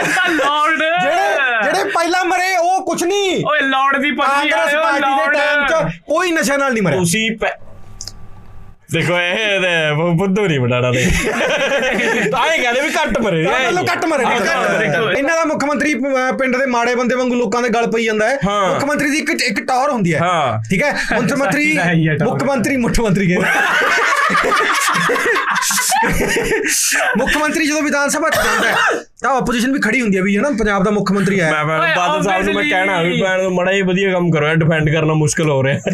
Speaker 2: ਅੱਛਾ ਲਾਰਡ
Speaker 1: ਜਿਹੜੇ ਜਿਹੜੇ ਪਹਿਲਾਂ ਮਰੇ ਉਹ ਕੁਛ ਨਹੀਂ
Speaker 2: ਓਏ ਲਾਰਡ ਦੀ ਪੱਜੀ
Speaker 1: ਕਾਂਗਰਸ
Speaker 2: ਆਇਓ
Speaker 1: ਪਾਰਟੀ ਦੇ ਟਾਈਮ
Speaker 2: ਲਾਰਡ
Speaker 1: 'ਚ ਕੋਈ ਨਸ਼ੇ ਨਾਲ ਨਹੀਂ ਮਰਿਆ
Speaker 3: ਤੁਸੀਂ ਪੈ- ਦੇਖੋ ਇਹ ਤੇ ਬੁੱਧੂ ਨਹੀਂ ਬਣਾਣਾ ਨੇ ਆਏ ਕਹਿੰਦੇ ਵੀ ਘੱਟ ਮਰੇ ਐ
Speaker 1: ਮਤਲਬ ਘੱਟ ਮਰੇ ਨੇ।
Speaker 3: ਹਾਂ, ਘੱਟ ਮਰੇ,
Speaker 2: ਘੱਟ ਮਰੇ।
Speaker 1: ਇਹਨਾਂ ਦਾ ਮੁੱਖ ਮੰਤਰੀ ਪ- ਪਿੰਡ ਦੇ ਮਾੜੇ ਬੰਦੇ ਵਾਂਗੂ ਲੋਕਾਂ ਦੇ ਗਲ ਪਈ ਜਾਂਦਾ ਹੈ
Speaker 3: ਹਾਂ।
Speaker 1: ਮੁੱਖ ਮੰਤਰੀ ਦੀ ਇੱਕ ਇੱਕ ਟੌਰ ਹੁੰਦੀ ਹੈ
Speaker 3: ਹਾਂ।
Speaker 1: ਠੀਕ ਹੈ ਮੁੱਖ ਮੰਤਰੀ
Speaker 2: ਸਾਡੀ ਤਾਂ ਇਹੀ ਹੈ ਟੌਰ।
Speaker 1: ਮੁੱਖ ਮੰਤਰੀ ਮੁੱਖ ਮੰਤਰੀ ਕਹਿੰਦੇ ਮੁੱਖ ਮੰਤਰੀ ਜਦੋਂ ਵਿਧਾਨ ਸਭਾ ਚ ਜਾਂਦਾ ਹੈ ਤਾਂ ਆਪੋਜੀਸ਼ਨ ਵੀ ਖੜੀ ਹੁੰਦੀ ਹੈ ਵੀ ਹਨਾ ਪੰਜਾਬ ਦਾ ਮੁੱਖ ਮੰਤਰੀ ਹੈ
Speaker 3: ਮੈਂ ਮੈਂ
Speaker 2: ਓਏ,
Speaker 3: ਬਾਦਲ ਸਾਹਿਬ ਨੂੰ ਮੈਂ
Speaker 2: obviously-
Speaker 3: ਕਹਿਣਾ ਵੀ ਭੈਣ ਨੂੰ ਮੜਾ ਹੀ ਵਧੀਆ ਕੰਮ ਕਰੋ ਯਾਰ ਡਿਫੈਂਡ ਕਰਨਾ ਮੁਸ਼ਕਲ ਹੋ ਰਿਹਾ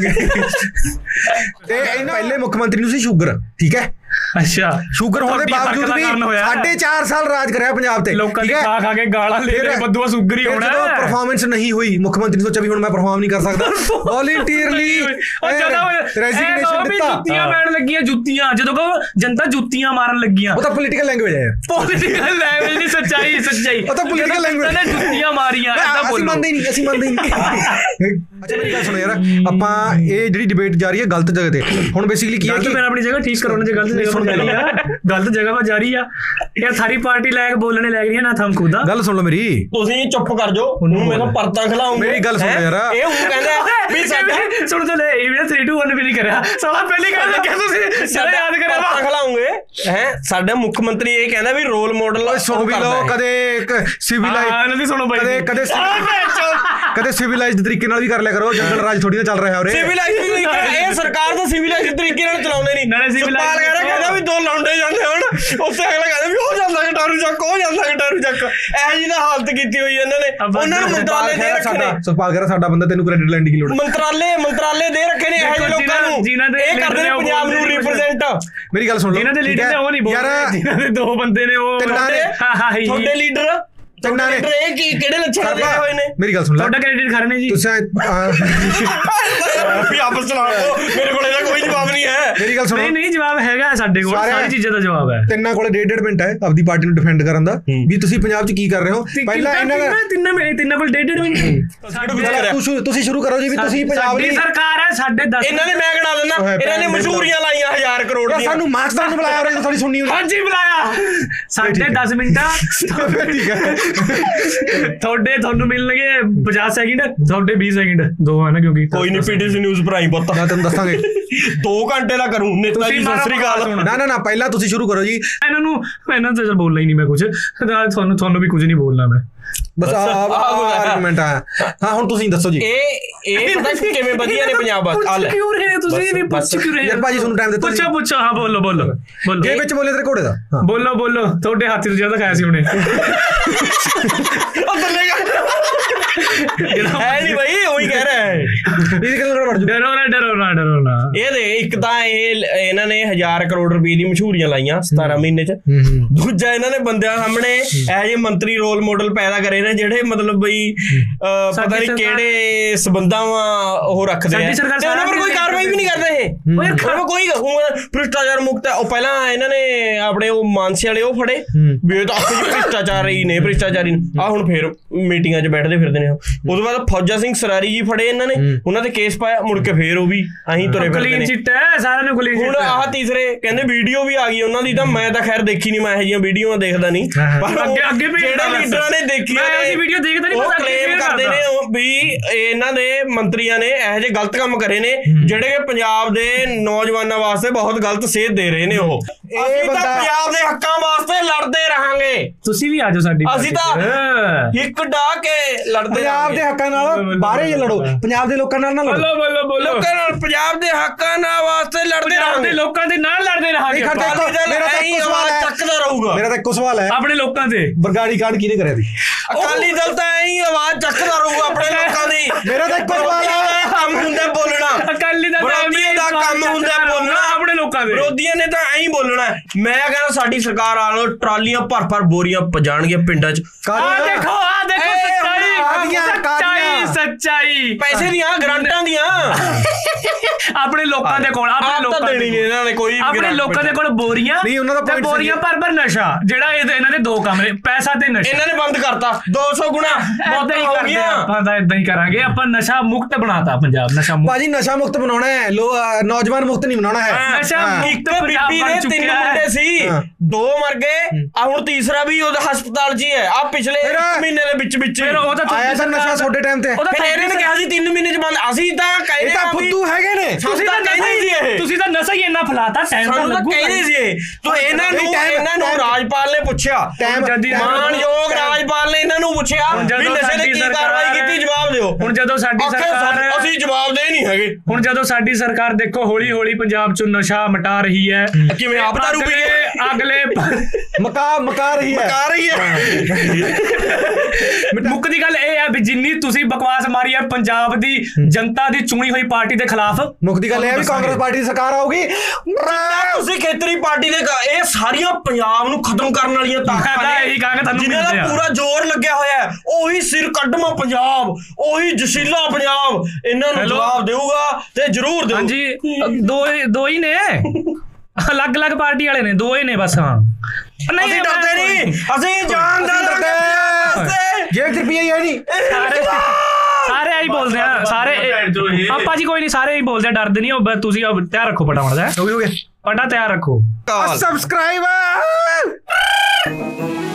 Speaker 1: ਤੇ ਇਹਨਾਂ ਪਹਿਲੇ ਮੁੱਖ ਮੰਤਰੀ ਨੂੰ ਸੀ ਸ਼ੂਗਰ ਠੀਕ ਹੈ
Speaker 2: ਅੱਛਾ
Speaker 1: ਸ਼ੂਗਰ ਹੋਣ ਦੇ
Speaker 2: ਤੁਹਾਡੀ ਹਰਕਤਾਂ
Speaker 1: ਬਾਵਜੂਦ ਵੀ
Speaker 2: ਕਾਰਨ ਹੋਇਆ ਹੈ।
Speaker 1: 4.5 ਸਾਲ ਰਾਜ ਕਰਿਆ ਪੰਜਾਬ ਤੇ
Speaker 2: ਲੋਕਾਂ
Speaker 1: ਠੀਕ
Speaker 2: ਨੇ
Speaker 1: ਹੈ?
Speaker 2: ਖਾ ਖਾ ਕੇ ਗਾਲਾਂ ਲੈ
Speaker 1: ਫਿਰ-
Speaker 2: ਰਹੇ ਬੱਦੂਆ ਸੁਗਰੀ
Speaker 1: ਫਿਰ
Speaker 2: ਹੋਣਾ
Speaker 1: ਜਦੋਂ ਪਰਫਾਰਮੈਂਸ ਨਹੀਂ ਹੋਈ ਮੁੱਖ ਮੰਤਰੀ ਨੇ ਸੋਚਿਆ ਵੀ ਹੁਣ ਮੈਂ ਪਰਫਾਰਮ ਨਹੀਂ ਕਰ ਸਕਦਾ ਵੋਲੰਟੀਅਰਲੀ
Speaker 2: ਉਹ ਜਦੋਂ ਰੈਜ਼ਿਗਨੇਸ਼ਨ
Speaker 1: ਰੈਜ਼ਿਗਨੇਸ਼ਨ ਦਿੱਤਾ
Speaker 2: ਜੁੱਤੀਆਂ ਪੈਣ ਲੱਗੀਆਂ ਜੁੱਤੀਆਂ ਜਦੋਂ ਕਹੋ ਜਨਤਾ ਜੁੱਤੀਆਂ ਮਾਰਨ ਲੱਗੀਆਂ
Speaker 1: ਉਹ ਤਾਂ ਪੋਲੀਟੀਕਲ ਲੈਂਗੁਏਜ ਹੈ
Speaker 2: ਪੋਲੀਟੀਕਲ ਲੈਵਲ ਦੀ ਸੱਚਾਈ ਸੱਚਾਈ
Speaker 1: ਉਹ ਤਾਂ political
Speaker 2: ਜਦੋਂ ਜਨਤਾ ਨੇ
Speaker 1: language।
Speaker 2: ਜੁੱਤੀਆਂ ਮਾਰੀਆਂ
Speaker 1: ਮੈਂ-
Speaker 2: ਐਦਾਂ
Speaker 1: ਅਸੀਂ
Speaker 2: ਬੋਲੋ
Speaker 1: ਮੰਨਦੇ ਹੀ ਨਹੀਂ ਅਸੀਂ ਮੰਨਦੇ ਹੀ ਨਹੀਂ ਅੱਛਾ ਮੇਰੀ ਗੱਲ ਸੁਣੋ ਯਾਰ ਆਪਾਂ ਇਹ ਜਿਹੜੀ ਡਿਬੇਟ ਜਾ ਰਹੀ ਹੈ ਗਲਤ ਜਗ੍ਹਾ ਤੇ ਹੁਣ ਬੇਸਿਕਲੀ ਕੀ ਹੈ
Speaker 2: ਗੱਲ
Speaker 1: ਕਿ
Speaker 2: ਤਾਂ ਮੈਂ ਆਪਣੀ ਜਗ੍ਹਾ ਠੀਕ ਕਰਾਉਣੇ ਜੇ ਗਲਤ ਜਗ੍ਹਾ ਪਰ ਜਾ ਰਹੀ ਆ ਗਲਤ ਜਗ੍ਹਾ ਪਰ ਜਾ ਰਹੀ ਆ ਇਹ ਸਾਰੀ ਪਾਰਟੀ ਲੈ ਕੇ ਬੋਲਣੇ ਲੱਗ ਰਹੀ ਹੈ ਨਾ ਥਮ ਖੁਦਾ
Speaker 1: ਗੱਲ ਸੁਣ ਲਓ ਮੇਰੀ
Speaker 3: ਤੁਸੀਂ ਚੁੱਪ ਕਰ ਜਾਓ ਹੁਣ ਮੈਨੂੰ ਪਰਤਾਂ ਖਿਲਾਉਂਗੇ
Speaker 1: ਮੇਰੀ ਗੱਲ ਸੁਣ ਯਾਰ।
Speaker 3: ਇਹ ਹੁਣ ਕਹਿੰਦਾ ਵੀ ਸਾਡਾ
Speaker 2: ਸੁਣ ਤੇ ਲੈ ਇਹ ਵੀ 3 2 1 ਵੀ ਨਹੀਂ ਕਰਿਆ ਸਾਲਾ ਪਹਿਲੀ ਗੱਲ ਲੱਗਿਆ ਤੁਸੀਂ ਸਾਰਾ ਯਾਦ ਕਰਿਆ ਵਾ
Speaker 3: ਪਰਤਾਂ ਖਿਲਾਉਂਗੇ ਹੈ ਸਾਡਾ ਮੁੱਖ ਮੰਤਰੀ ਇਹ ਕਹਿੰਦਾ ਵੀ ਰੋਲ ਮਾਡਲ
Speaker 1: ਓਏ ਸੁਣ ਵੀ ਲਓ ਕਦੇ
Speaker 2: ਹਾਂ, ਇਹਨਾਂ ਦੀ
Speaker 1: ਸਿਵਲਾਈਜ਼
Speaker 2: ਸੁਣੋ ਬਾਈ
Speaker 1: ਕਦੇ
Speaker 2: ਜੀ।
Speaker 1: ਕਦੇ
Speaker 2: ਆਹ
Speaker 1: civil-
Speaker 2: ਭੈਣ ਚੋਦ।
Speaker 1: ਕਦੇ ਸਿਵਲਾਈਜ਼ਡ ਤਰੀਕੇ ਨਾਲ ਵੀ ਕਰ ਲਿਆ ਕਰੋ ਜੰਗਲ ਰਾਜ ਥੋੜੀ ਨਾ ਚੱਲ ਰਿਹਾ ਹੋਰੇ
Speaker 3: ਸਿਵਲਾਈਜ਼ ਤਰੀਕੇ ਇਹ ਸਰਕਾਰ ਤਾਂ ਸਿਵਲਾਈਜ਼ ਤਰੀਕੇ ਨਾਲ ਚਲਾਉਂਦੇ ਨਹੀਂ
Speaker 2: ਨਾਲੇ civilized
Speaker 3: ਸੁਖਪਾਲ ਕਹਿੰਦਾ ਕਹਿੰਦਾ ਵੀ ਦੋ ਲੌਂਡੇ ਜਾਂਦੇ ਹੁਣ ਉੱਥੇ ਅਗਲਾ ਕਹਿੰਦਾ ਵੀ ਹੋ ਜਾਂਦਾ ਗਟਾਰੂ ਚੱਕ ਹੋ ਜਾਂਦਾ ਗਟਾਰੂ ਚੱਕ ਇਹ ਜੀ ਦਾ ਹਾਲਤ ਕੀਤੀ ਹੋਈ ਇਹਨਾਂ ਨੇ
Speaker 2: ਅਬ
Speaker 3: ਉਹਨਾਂ ਨੂੰ
Speaker 2: ਸੁਖਪਾਲ
Speaker 3: ਮੰਤਰਾਲੇ ਦੇ ਰੱਖੇ ਨੇ
Speaker 1: ਸਾਡਾ ਸੁਖਪਾਲ ਕਹਿੰਦਾ ਸਾਡਾ ਬੰਦਾ ਤੈਨੂੰ ਕ੍ਰੈਡਿਟ ਲੈਣ ਦੀ ਕੀ ਲੋੜ ਹੈ?
Speaker 3: ਮੰਤਰਾਲੇ ਮੰਤਰਾਲੇ ਦੇ ਰੱਖੇ ਨੇ ਇਹੋ ਜਿਹੇ
Speaker 2: ਦੇਖੋ
Speaker 3: ਲੋਕਾਂ ਨੂੰ
Speaker 2: ਜਿਨ੍ਹਾਂ- ਜਿਨ੍ਹਾਂ ਦੇ
Speaker 3: ਇਹ ਕਰਦੇ
Speaker 2: leader ਨੇ
Speaker 3: ਨੇ
Speaker 2: ਉਹ
Speaker 3: ਪੰਜਾਬ ਨੂੰ
Speaker 2: ਬੋਲਦੇ ਨੇ ਕੁਛ।
Speaker 3: ਰਿਪਰੈਜ਼ੈਂਟ
Speaker 1: ਮੇਰੀ ਗੱਲ ਸੁਣ ਲਓ
Speaker 2: ਇਹਨਾਂ ਦੇ
Speaker 1: ਠੀਕ
Speaker 2: ਲੀਡਰ
Speaker 1: ਹੈ?
Speaker 2: ਨੇ ਉਹ ਨਹੀਂ ਬੋਲ
Speaker 1: ਯਾਰ
Speaker 2: ਜਿਨ੍ਹਾਂ ਦੇ ਦੋ ਬੰਦੇ ਨੇ ਉਹ
Speaker 1: ਤਿੰਨਾਂ ਨੇ-
Speaker 2: ਹਾਂ ਹਾਂ ਹੀ
Speaker 3: ਤੁਹਾਡੇ ਲੀਡਰ
Speaker 1: ਤਿੰਨਾਂ ਨੇ-
Speaker 3: ਤੁਹਾਡੇ leader ਇਹ ਕੀ ਕਿਹੜੇ ਲੱਛਣ ਦੇ ਹੋਏ ਨੇ
Speaker 1: ਮੇਰੀ ਗੱਲ ਸੁਣ ਲੈ
Speaker 2: ਤੁਹਾਡਾ ਕ੍ਰੈਡਿਟ ਖਰਨੇ ਜੀ
Speaker 1: ਤੁਸੀਂ ਅਹ,
Speaker 3: ਵੀ ਆਪਸ ਚਲਾਓ ਮੇਰੇ ਕੋਲ ਇਹਦਾ ਕੋਈ ਜਵਾਬ ਨਹੀਂ ਹੈ
Speaker 1: ਮੇਰੀ ਗੱਲ
Speaker 2: ਨਹੀਂ
Speaker 1: ਸੁਣੋ
Speaker 2: ਨਹੀਂ ਜਵਾਬ ਹੈਗਾ ਸਾਡੇ ਕੋਲ
Speaker 1: ਸਾਰਿਆਂ-
Speaker 2: ਸਾਰੀ ਚੀਜ਼ਾਂ ਦਾ ਜਵਾਬ ਹੈ
Speaker 1: ਤਿੰਨਾਂ ਕੋਲ ਡੇਢ ਡੇਢ ਮਿੰਟ ਹੈ ਆਪਦੀ ਪਾਰਟੀ ਨੂੰ ਡਿਫੈਂਡ ਕਰਨ ਦਾ ਵੀ ਤੁਸੀਂ ਪੰਜਾਬ 'ਚ ਕੀ ਕਰ ਰਹੇ ਹੋ ਪਹਿਲਾਂ ਇਹਨਾਂ ਦਾ
Speaker 2: ਤਿੰਨਾਂ ਮੇ ਤਿੰਨਾਂ ਕੋਲ ਡੇਟਡ ਵੀ
Speaker 3: ਤਿੰਨ-
Speaker 1: ਤੁਸੀਂ ਤੁਸੀਂ ਸ਼ੁਰੂ ਕਰੋ ਜੀ ਵੀ ਤੁਸੀਂ ਪੰਜਾਬ
Speaker 2: ਸਾਡੀ
Speaker 1: ਲਈ
Speaker 2: ਸਰਕਾਰ ਹੈ ਸਾਡੇ 10
Speaker 3: ਇਹਨਾਂ ਨੇ ਮੈਂ ਗਿਣਾ ਦਿੰਦਾ
Speaker 1: ਓਏ
Speaker 3: ਇਹਨਾਂ ਨੇ
Speaker 1: ਭੈਣ ਦੇ
Speaker 3: ਮਸ਼ਹੂਰੀਆਂ ਲਾਈਆਂ ਹਜ਼ਾਰ ਕਰੋੜ
Speaker 1: ਯਾਰ
Speaker 3: ਦੀਆਂ
Speaker 1: ਸਾਨੂੰ ਮਾਰਕਸਦਾਰ ਨੂੰ ਬੁਲਾਇਆ ਹੋਇਆ ਥੋੜੀ ਸੁਣਨੀ ਹੋਈ
Speaker 2: ਹਾਂਜੀ ਬੁਲਾਇਆ ਸਾਡੇ 10 ਮਿੰਟਾਂ
Speaker 1: ਠੀਕ ਹੈ
Speaker 2: ਤੁਹਾਡੇ ਤੁਹਾਨੂੰ ਮਿਲਣਗੇ 50 ਸੈਕਿੰਡ ਤੁਹਾਡੇ 20 ਸੈਕਿੰਡ ਦੋ ਹੈ ਨਾ ਕਿਉਂਕਿ
Speaker 3: ਕੋਈ ਨਹੀਂ ਪੀਟੀਸੀ ਨਿਊਜ਼ ਭਰਾਈ ਪੁੱਤ
Speaker 1: ਮੈਂ ਤੁਹਾਨੂੰ ਦੱਸਾਂਗੇ
Speaker 3: 2 ਘੰਟੇ ਦਾ ਕਰੂੰ ਨੇਤਾ
Speaker 2: ਤੁਸੀਂ
Speaker 3: ਜੀ ਸਤਿ
Speaker 2: ਮਾਰਾ
Speaker 3: ਸ੍ਰੀ ਅਕਾਲ
Speaker 2: ਸੁਣੋ।
Speaker 1: ਨਾ ਨਾ ਨਾ ਪਹਿਲਾਂ ਤੁਸੀਂ ਸ਼ੁਰੂ ਕਰੋ ਜੀ
Speaker 2: ਇਹਨਾਂ ਨੂੰ ਇਹਨਾਂ ਤੇ ਬੋਲਣਾ ਹੀ ਨਹੀਂ ਮੈਂ ਕੁਝ ਤੁਹਾਨੂੰ ਤੁਹਾਨੂੰ ਵੀ ਕੁਝ ਨਹੀਂ ਬੋਲਣਾ ਮੈਂ
Speaker 1: ਬਸ ਆ ਆਰਗੂਮੈਂਟ ਆ ਹਾਂ ਹੁਣ ਤੁਸੀਂ ਦੱਸੋ ਜੀ
Speaker 3: ਇਹ ਇਹ ਪਤਾ ਕਿਵੇਂ ਵਧੀਆ ਨੇ ਪੰਜਾਬ ਵਾਸਤੇ ਆ ਲੈ
Speaker 2: ਕਿਉਂ ਰਹੇ ਤੁਸੀਂ ਵੀ ਪੁੱਛ ਕਿਉਂ ਰਹੇ ਪੁੱਛੋ ਪੁੱਛੋ ਹਾਂ ਬੋਲੋ ਬੋਲੋ ਬੋਲੋ
Speaker 1: ਜੇ ਵਿੱਚ ਬੋਲੇ ਤੇਰੇ ਘੋੜੇ ਦਾ ਹਾਂ
Speaker 2: ਬੋਲੋ ਬੋਲੋ ਤੁਹਾਡੇ ਹੱਥ ਤੋਂ ਜ਼ਿਆਦਾ ਖਾਇਆ ਸੀ ਹੁਣੇ
Speaker 3: ਉਹ ਦੱਲੇਗਾ ਹੈ ਨਹੀਂ ਬਈ ਉਹੀ ਕਹਿ ਰਿਹਾ ਹੈ
Speaker 1: ਇਹਦੀ ਗੱਲ ਨਾਲ ਵੜ ਜੂ
Speaker 2: ਡਰੋ ਨਾ ਡਰੋ ਨਾ ਡਰੋ ਨਾ
Speaker 3: ਇਹ ਦੇ ਇੱਕ ਤਾਂ ਇਹ ਲ- ਇਹਨਾਂ ਨੇ 1000 ਕਰੋੜ ਰੁਪਏ ਦੀ ਮਸ਼ਹੂਰੀਆਂ ਲਾਈਆਂ 17 ਮਹੀਨੇ ਚ ਦੂਜਾ ਇਹਨਾਂ ਨੇ ਬੰਦਿਆਂ ਸਾਹਮਣੇ ਇਹ ਜੇ ਮੰਤਰੀ ਰੋਲ ਮਾਡਲ ਪੈਦਾ ਕਰੇ ਨੇ ਜਿਹੜੇ ਮਤਲਬ ਬਈ ਅਹ, ਪਤਾ
Speaker 2: ਸਾਡੀ
Speaker 3: ਨਹੀਂ
Speaker 2: ਸਰਕਾਰ-
Speaker 3: ਕਿਹੜੇ ਸਬੰਧਾਂ ਵਾਂ ਉਹ ਰੱਖਦੇ ਆ
Speaker 2: ਸਾਡੀ ਸਰਕਾਰ
Speaker 3: ਤੇ ਉਹਨਾਂ ਪਰ
Speaker 2: ਸਾਰਿਆਂ
Speaker 3: ਕੋਈ
Speaker 2: ਦੀ
Speaker 3: ਕਾਰਵਾਈ ਵੀ ਨਹੀਂ ਕਰਦੇ ਇਹ
Speaker 2: ਉਹ ਯਾਰ
Speaker 3: ਉਹਨਾਂ ਪਰ ਕੋਈ ਹੁਣ ਭ੍ਰਿਸ਼ਟਾਚਾਰ ਮੁਕਤ ਹੈ ਉਹ ਪਹਿਲਾਂ ਇਹਨਾਂ ਨੇ ਆਪਣੇ ਉਹ ਮਾਨਸੇ ਵਾਲੇ ਉਹ ਫੜੇ ਵੀ ਇਹ ਤਾਂ ਆਖੋ ਜੀ ਭ੍ਰਿਸ਼ਟਾਚਾਰੀ ਨੇ ਭ੍ਰਿਸ਼ਟਾਚਾਰੀ ਨੇ ਆ ਹੁਣ ਫੇਰ ਮੀਟਿੰਗਾਂ 'ਚ ਬੈਠਦੇ ਫਿਰਦੇ ਨੇ ਉਹ ਉਦੋਂ ਬਾਅਦ ਫੌਜਾ ਸਿੰਘ ਸਰਾਰੀ ਜੀ ਫੜੇ ਇਹਨਾਂ ਨੇ ਉਹਨਾਂ ਤੇ ਕੇਸ ਪਾਇਆ ਮੁੜ ਕੇ ਫੇਰ ਉਹ ਵੀ ਅਹੀਂ ਤੁਰੇ ਫਿਰਦੇ
Speaker 2: ਕਲੀਨ
Speaker 3: ਨੇ
Speaker 2: ਚਿੱਟ ਹੈ ਸਾਰਿਆਂ ਨੂੰ ਕਲੀਨ
Speaker 3: ਹੁਣ
Speaker 2: ਚਿੱਟ
Speaker 3: ਆਹ ਤੀਸਰੇ ਕਹਿੰਦੇ ਵੀਡੀਓ ਵੀ ਆ ਗਈ ਉਹਨਾਂ ਦੀ ਤਾਂ ਮੈਂ ਤਾਂ ਖੈਰ ਦੇਖੀ ਨਹੀਂ ਮੈਂ ਇਹ ਜੀਆਂ ਵੀਡੀਓਆਂ ਦੇਖਦਾ ਨਹੀਂ
Speaker 1: ਹਾਂ।
Speaker 3: ਪਰ
Speaker 2: ਅੱਗੇ-
Speaker 3: ਉਹ
Speaker 2: ਅੱਗੇ ਵੀ
Speaker 3: ਜਿਹੜੇ
Speaker 2: ਦੱਸ।
Speaker 3: ਲੀਡਰਾਂ ਨੇ ਦੇਖੀ
Speaker 2: ਮੈਂ ਇਹੋ ਜਿਹੀ video ਦੇਖਦਾ ਨਹੀਂ,
Speaker 3: ਉਹ
Speaker 2: ਬਸ ਅੱਗੇ
Speaker 3: claim
Speaker 2: share
Speaker 3: ਕਰਦੇ ਨੇ
Speaker 2: ਕਰਦਾ।
Speaker 3: ਉਹ ਵੀ ਇਹਨਾਂ ਦੇ ਮੰਤਰੀਆਂ ਨੇ ਇਹੋ ਜਿਹੇ ਗਲਤ ਕੰਮ ਕਰੇ ਨੇ ਜਿਹੜੇ ਕਿ ਪੰਜਾਬ ਦੇ ਨੌਜਵਾਨਾਂ ਵਾਸਤੇ ਬਹੁਤ ਗਲਤ ਸੇਧ ਦੇ ਰਹੇ ਨੇ ਉਹ ਅਸੀਂ ਤਾਂ
Speaker 1: ਬੰਦਾ-
Speaker 3: ਪੰਜਾਬ ਦੇ ਹੱਕਾਂ ਵਾਸਤੇ ਲੜਦੇ ਰਹਾਂਗੇ
Speaker 2: ਤੁਸੀਂ ਵੀ ਆ ਜਾਓ ਸਾਡੀ
Speaker 3: ਅਸੀਂ ਤਾਂ ਇੱਕ ਡਾਹ ਕੇ ਲੜਦੇ
Speaker 1: ਪੰਜਾਬ ਦੇ
Speaker 3: ਰਹਾਂਗੇ।
Speaker 1: ਹੱਕਾਂ ਨਾਲ ਬਾਹਰੇ ਜੇ ਲੜੋ ਪੰਜਾਬ ਦੇ ਲੋਕਾਂ ਨਾਲ ਨਾ ਲੜੋ
Speaker 2: ਬੋਲੋ ਬੋਲੋ ਬੋਲੋ
Speaker 3: ਲੋਕਾਂ ਨਾਲ ਪੰਜਾਬ ਦੇ ਹੱਕਾਂ ਨਾਲ ਵਾਸਤੇ ਲੜਦੇ
Speaker 2: ਪੰਜਾਬ ਦੇ
Speaker 3: ਰਹਾਂਗੇ
Speaker 2: ਲੋਕਾਂ ਦੇ ਨਾਲ ਲੜਦੇ ਰਹਾਂਗੇ
Speaker 1: ਨਹੀਂ ਖੜਦੇ।
Speaker 3: ਅਕਾਲੀ ਦਲ
Speaker 1: ਮੇਰਾ ਤਾਂ
Speaker 3: ਇਹੀ
Speaker 1: ਇੱਕੋ ਸਵਾਲ ਹੈ।
Speaker 3: ਆਵਾਜ਼ ਚੱਕਦਾ ਰਹੂਗਾ
Speaker 1: ਮੇਰਾ ਤਾਂ ਇੱਕੋ ਸਵਾਲ ਹੈ
Speaker 2: ਆਪਣੇ ਲੋਕਾਂ ਦੇ
Speaker 1: ਬਰਗਾੜੀ ਕਾਂਡ ਕਿਹਨੇ ਕਰਿਆ ਸੀ
Speaker 3: ਅਕਾਲੀ ਦਲ ਤਾਂ ਐਂ ਹੀ ਆਵਾਜ਼ ਚੱਕਦਾ ਰਹੂਗਾ ਆਪਣੇ ਲੋਕਾਂ ਦੀ
Speaker 1: ਮੇਰਾ ਤਾਂ ਇੱਕੋ ਸਵਾਲ ਹੈ
Speaker 3: ਵਿਰੋਧੀਆਂ ਦਾ ਕੰਮ ਹੁੰਦਾ ਹੈ ਬੋਲਣਾ
Speaker 2: ਅਕਾਲੀ ਦਲ ਤਾਂ
Speaker 3: ਵਿਰੋਧੀਆਂ
Speaker 2: ਐਵੇਂ
Speaker 3: ਦਾ ਕੰਮ
Speaker 2: ਸਵਾਲ
Speaker 3: ਹੁੰਦਾ ਹੈ
Speaker 2: ਚੱਕਦਾ
Speaker 3: ਬੋਲਣਾ
Speaker 2: ਆਪਣੇ ਲੋਕਾਂ ਦੇ।
Speaker 3: ਵਿਰੋਧੀਆਂ ਨੇ ਤਾਂ ਐਂ ਹੀ ਬੋਲਣਾ ਹੈ। ਮੈਂ ਕਹਿੰਦਾ ਸਾਡੀ ਸਰਕਾਰ ਆਲੋ ਟਰਾਲੀਆਂ ਭਰ ਭਰ ਬੋਰੀਆਂ ਪਜਾਣਗੇ ਪਿੰਡਾਂ 'ਚ
Speaker 2: ਆ
Speaker 1: ਕਾਹਦੀਆਂ?
Speaker 2: ਦੇਖੋ ਆ ਦੇਖੋ
Speaker 3: ਇਹ
Speaker 2: ਸੱਚਾਈ
Speaker 1: ਕਾਦੀਆਂ,
Speaker 2: ਸੱਚਾਈ
Speaker 1: ਕਾਦੀਆਂ।
Speaker 2: ਸੱਚਾਈ
Speaker 3: ਪੈਸੇ ਦੀਆਂ ਗਰੰਟਾਂ ਦੀਆਂ
Speaker 2: ਆਪਣੇ ਲੋਕਾਂ ਦੇ ਕੋਲ ਆਪਣੇ
Speaker 3: ਆਪ ਤਾਂ
Speaker 2: ਲੋਕਾਂ
Speaker 3: ਦੇਣੀ ਨਹੀਂ
Speaker 2: ਦੇ
Speaker 3: ਇਹਨਾਂ ਨੇ ਕੋਈ ਵੀ
Speaker 2: ਆਪਣੇ
Speaker 3: ਗਰੰਟ
Speaker 2: ਲੋਕਾਂ ਦੇ ਕੋਲ ਬੋਰੀਆਂ
Speaker 1: ਨਹੀਂ, ਉਹਨਾਂ ਦਾ
Speaker 2: ਤੇ
Speaker 1: point ਸਹੀ
Speaker 2: ਬੋਰੀਆਂ
Speaker 1: ਹੈ।
Speaker 2: ਭਰ ਭਰ ਨਸ਼ਾ ਜਿਹੜਾ ਇਹ- ਇਹਨਾਂ ਦੇ ਦੋ ਕਮਰੇ ਪੈਸਾ ਤੇ ਨਸ਼ਾ
Speaker 3: ਇਹਨਾਂ ਨੇ ਬੰਦ ਕਰਤਾ 200 ਗੁਣਾ
Speaker 2: ਇਦਾਂ
Speaker 3: ਮੌਤਾਂ
Speaker 2: ਹੀ
Speaker 3: ਹੋ
Speaker 2: ਕਰਦੇ ਆ,
Speaker 3: ਗਈਆਂ
Speaker 2: ਆਪਾਂ ਤਾਂ ਇਦਾਂ ਹੀ ਕਰਾਂਗੇ ਆਪਾਂ ਨਸ਼ਾ ਮੁਕਤ ਬਣਾਤਾ ਪੰਜਾਬ ਨਸ਼ਾ ਮੁਕਤ
Speaker 1: ਭਾਜੀ ਨਸ਼ਾ ਮੁਕਤ ਬਣਾਉਣਾ ਹੈ ਲੋ ਅਹ, ਨੌਜਵਾਨ ਮੁਕਤ ਨਹੀਂ ਬਣਾਉਣਾ ਹੈ
Speaker 2: ਨਸ਼ਾ
Speaker 1: ਹਾਂ।
Speaker 2: ਮੁਕਤ
Speaker 3: ਇੱਕ
Speaker 2: ਪੰਜਾਬ
Speaker 3: ਬੀਬੀ
Speaker 2: ਬਣ
Speaker 3: ਦੇ ਤਿੰਨ
Speaker 2: ਚੁੱਕਿਆ ਹੈ।
Speaker 3: ਮੁੰਡੇ ਸੀ
Speaker 1: ਹਾਂ।
Speaker 3: ਦੋ ਮਰ ਗਏ ਆ ਹੁਣ ਤੀਸਰਾ ਵੀ ਉਹਦਾ ਹਸਪਤਾਲ 'ਚ ਹੀ ਹੈ ਆ ਪਿਛਲੇ
Speaker 1: ਫਿਰ-
Speaker 3: ਇੱਕ ਮਹੀਨੇ ਦੇ ਵਿੱਚ ਵਿੱਚ
Speaker 2: ਫਿਰ ਉਹ ਤਾਂ
Speaker 1: ਆਇਆ ਤਾਂ
Speaker 2: ਸਰਕਾਰ
Speaker 1: ਨਸ਼ਾ
Speaker 2: ਦਾ-
Speaker 1: ਤੁਹਾਡੇ ਟਾਈਮ ਤੇ
Speaker 2: ਉਹ ਤਾਂ
Speaker 3: ਫਿਰ ਇਹਨਾਂ ਨੇ ਕਿਹਾ ਸੀ 3 ਮਹੀਨੇ 'ਚ ਬੰਦ ਅਸੀਂ ਤਾਂ ਕਹਿ
Speaker 1: ਇਹ
Speaker 3: ਰਹੇ
Speaker 1: ਤਾਂ
Speaker 3: ਹਾਂ ਵੀ
Speaker 1: ਫੁੱਦੂ ਹੈਗੇ ਨੇ
Speaker 2: ਤੁਸੀਂ ਤਾਂ
Speaker 3: ਸਾਨੂੰ ਤਾਂ
Speaker 2: ਨਸ਼ਾ
Speaker 3: ਕਹਿੰਦੇ ਸੀ
Speaker 2: ਹੀ
Speaker 3: ਇਹ।
Speaker 2: ਤੁਸੀਂ ਤਾਂ ਨਸ਼ਾ ਹੀ ਇੰਨਾ ਫਲਾਤਾ ਟਾਈਮ ਤਾਂ
Speaker 3: ਸਾਨੂੰ ਤਾਂ
Speaker 2: ਲੱਗੂਗਾ
Speaker 3: ਕਹਿੰਦੇ ਸੀ ਇਹ ਤੋ ਇਹਨਾਂ ਨੂੰ
Speaker 1: ਨਹੀਂ, time-
Speaker 3: ਇਹਨਾਂ ਨੂੰ
Speaker 1: time-
Speaker 3: ਰਾਜਪਾਲ ਨੇ ਪੁੱਛਿਆ
Speaker 1: ਟਾਈਮ
Speaker 2: ਜਦੀ
Speaker 3: ਮਾਨਯੋਗ ਰਾਜਪਾਲ ਨੇ ਇਹਨਾਂ ਨੂੰ ਪੁੱਛਿਆ
Speaker 2: ਹੁਣ
Speaker 3: ਵੀ
Speaker 2: ਜਦੋਂ
Speaker 3: ਨਸ਼ੇ
Speaker 2: ਸਾਡੀ
Speaker 3: ਦੀ ਕੀ
Speaker 2: ਸਰਕਾਰ
Speaker 3: ਕਾਰਵਾਈ ਕੀਤੀ ਜਵਾਬ ਦਿਓ
Speaker 2: ਹੁਣ ਜਦੋਂ ਸਾਡੀ
Speaker 3: ਆਖਿਆ
Speaker 2: ਸਰਕਾਰ
Speaker 3: ਸਾਡੇ- ਅਸੀਂ ਅਸੀਂ ਜਵਾਬਦੇਹ ਨਹੀਂ ਹੈਗੇ
Speaker 2: ਹੁਣ ਜਦੋਂ ਸਾਡੀ ਸਰਕਾਰ ਦੇਖੋ ਹੌਲੀ ਹੌਲੀ ਪੰਜਾਬ ਚੋਂ ਨਸ਼ਾ ਮਟਾ ਰਹੀ ਹੈ
Speaker 3: ਕਿਵੇਂ ਆਪ ਦਾਰੂ ਪੀ ਕੇ
Speaker 2: ਅਗਲੇ- ਅਗਲੇ
Speaker 1: ਮਕਾ ਮਕਾ ਰਹੀ ਹੈ
Speaker 3: ਆ ਰਹੀ ਹੈ
Speaker 2: ਮੁੱਖ ਦੀ ਗੱਲ ਇਹ ਹੈ ਵੀ ਜਿੰਨੀ ਤੁਸੀਂ ਬਕਵਾਸ ਮਾਰੀ ਹੈ ਪੰਜਾਬ ਦੀ ਜਨਤਾ ਦੀ ਚੁਣੀ ਹੋਈ ਪਾਰਟੀ ਦੇ ਖਿਲਾਫ
Speaker 1: ਮੁੱਖ ਦੀ ਗੱਲ ਇਹ ਹੈ ਵੀ ਕਾਂਗਰਸ ਪਾਰਟੀ ਦੀ ਸਰਕਾਰ ਆਊਗੀ
Speaker 3: ਤੁਸੀਂ ਖੇਤਰੀ ਪਾਰਟੀ ਦੇ ਕ- ਇਹ ਸਾਰੀਆਂ ਪੰਜਾਬ ਨੂੰ ਖਤਮ ਕਰਨ ਵਾਲੀਆਂ ਤਾਕਤਾਂ
Speaker 2: ਸਾਡਾ
Speaker 3: ਨੇ
Speaker 2: ਇਹੀ ਕਹਾਂਗੇ ਤੁਹਾਨੂੰ
Speaker 3: ਜਿਨ੍ਹਾਂ ਦਾ
Speaker 2: ਮਿਲਦੇ ਆ।
Speaker 3: ਪੂਰਾ ਜ਼ੋਰ ਲੱਗਿਆ ਹੋਇਆ ਹੈ ਉਹੀ ਸਿਰ ਕੱਢਮਾ ਪੰਜਾਬ ਉਹੀ ਜਸ਼ੀਲਾ ਪੰਜਾਬ ਇਹਨਾਂ ਨੂੰ
Speaker 2: Hello?
Speaker 3: ਜਵਾਬ ਦੇਊਗਾ ਤੇ ਜ਼ਰੂਰ ਦੇਊਗਾ
Speaker 2: ਹਾਂਜੀ ਅਹ ਦੋ ਹੀ- ਦੋ ਹੀ ਨੇ ਅਲੱਗ-ਅਲੱਗ ਪਾਰਟੀ ਵਾਲੇ ਨੇ ਦੋ ਹੀ ਨੇ ਬਸ ਹਾਂ ਨਹੀਂ
Speaker 3: ਅਸੀਂ
Speaker 2: ਮੈਂ-
Speaker 3: ਡਰਦੇ ਨਹੀਂ ਅਸੀਂ ਜਾਨਦਾਰ
Speaker 1: ਡਰਦੇ ਹਾਂ।
Speaker 3: ਰਸਤੇ
Speaker 1: ਜੇਬ ਚ ਰੁਪਈਆ ਹੀ ਹੈ ਨਹੀਂ
Speaker 2: ਸਾਰੇ ਸਾਰੇ ਆਈ ਬੋਲਦੇ ਆ ਸਾਰੇ
Speaker 4: ਭੈਣ ਚੋ ਇਹ।
Speaker 2: ਆਪਾਂ ਜੀ ਕੋਈ ਨਹੀਂ ਸਾਰੇ ਆਈ ਬੋਲਦੇ ਆ, ਡਰਦੇ ਨਹੀਂ ਉਹ ਬ- ਤੁਸੀਂ ਉਹ ਤਿਆਰ ਰੱਖੋ ਪਟਾ ਦਾ
Speaker 1: ਹੋ ਗਿਆ ਹੋ
Speaker 2: ਪਟਾ ਤਿਆਰ ਰੱਖੋ
Speaker 1: ਗਿਆ ਸਬਸਕ੍ਰਾਈਬਰ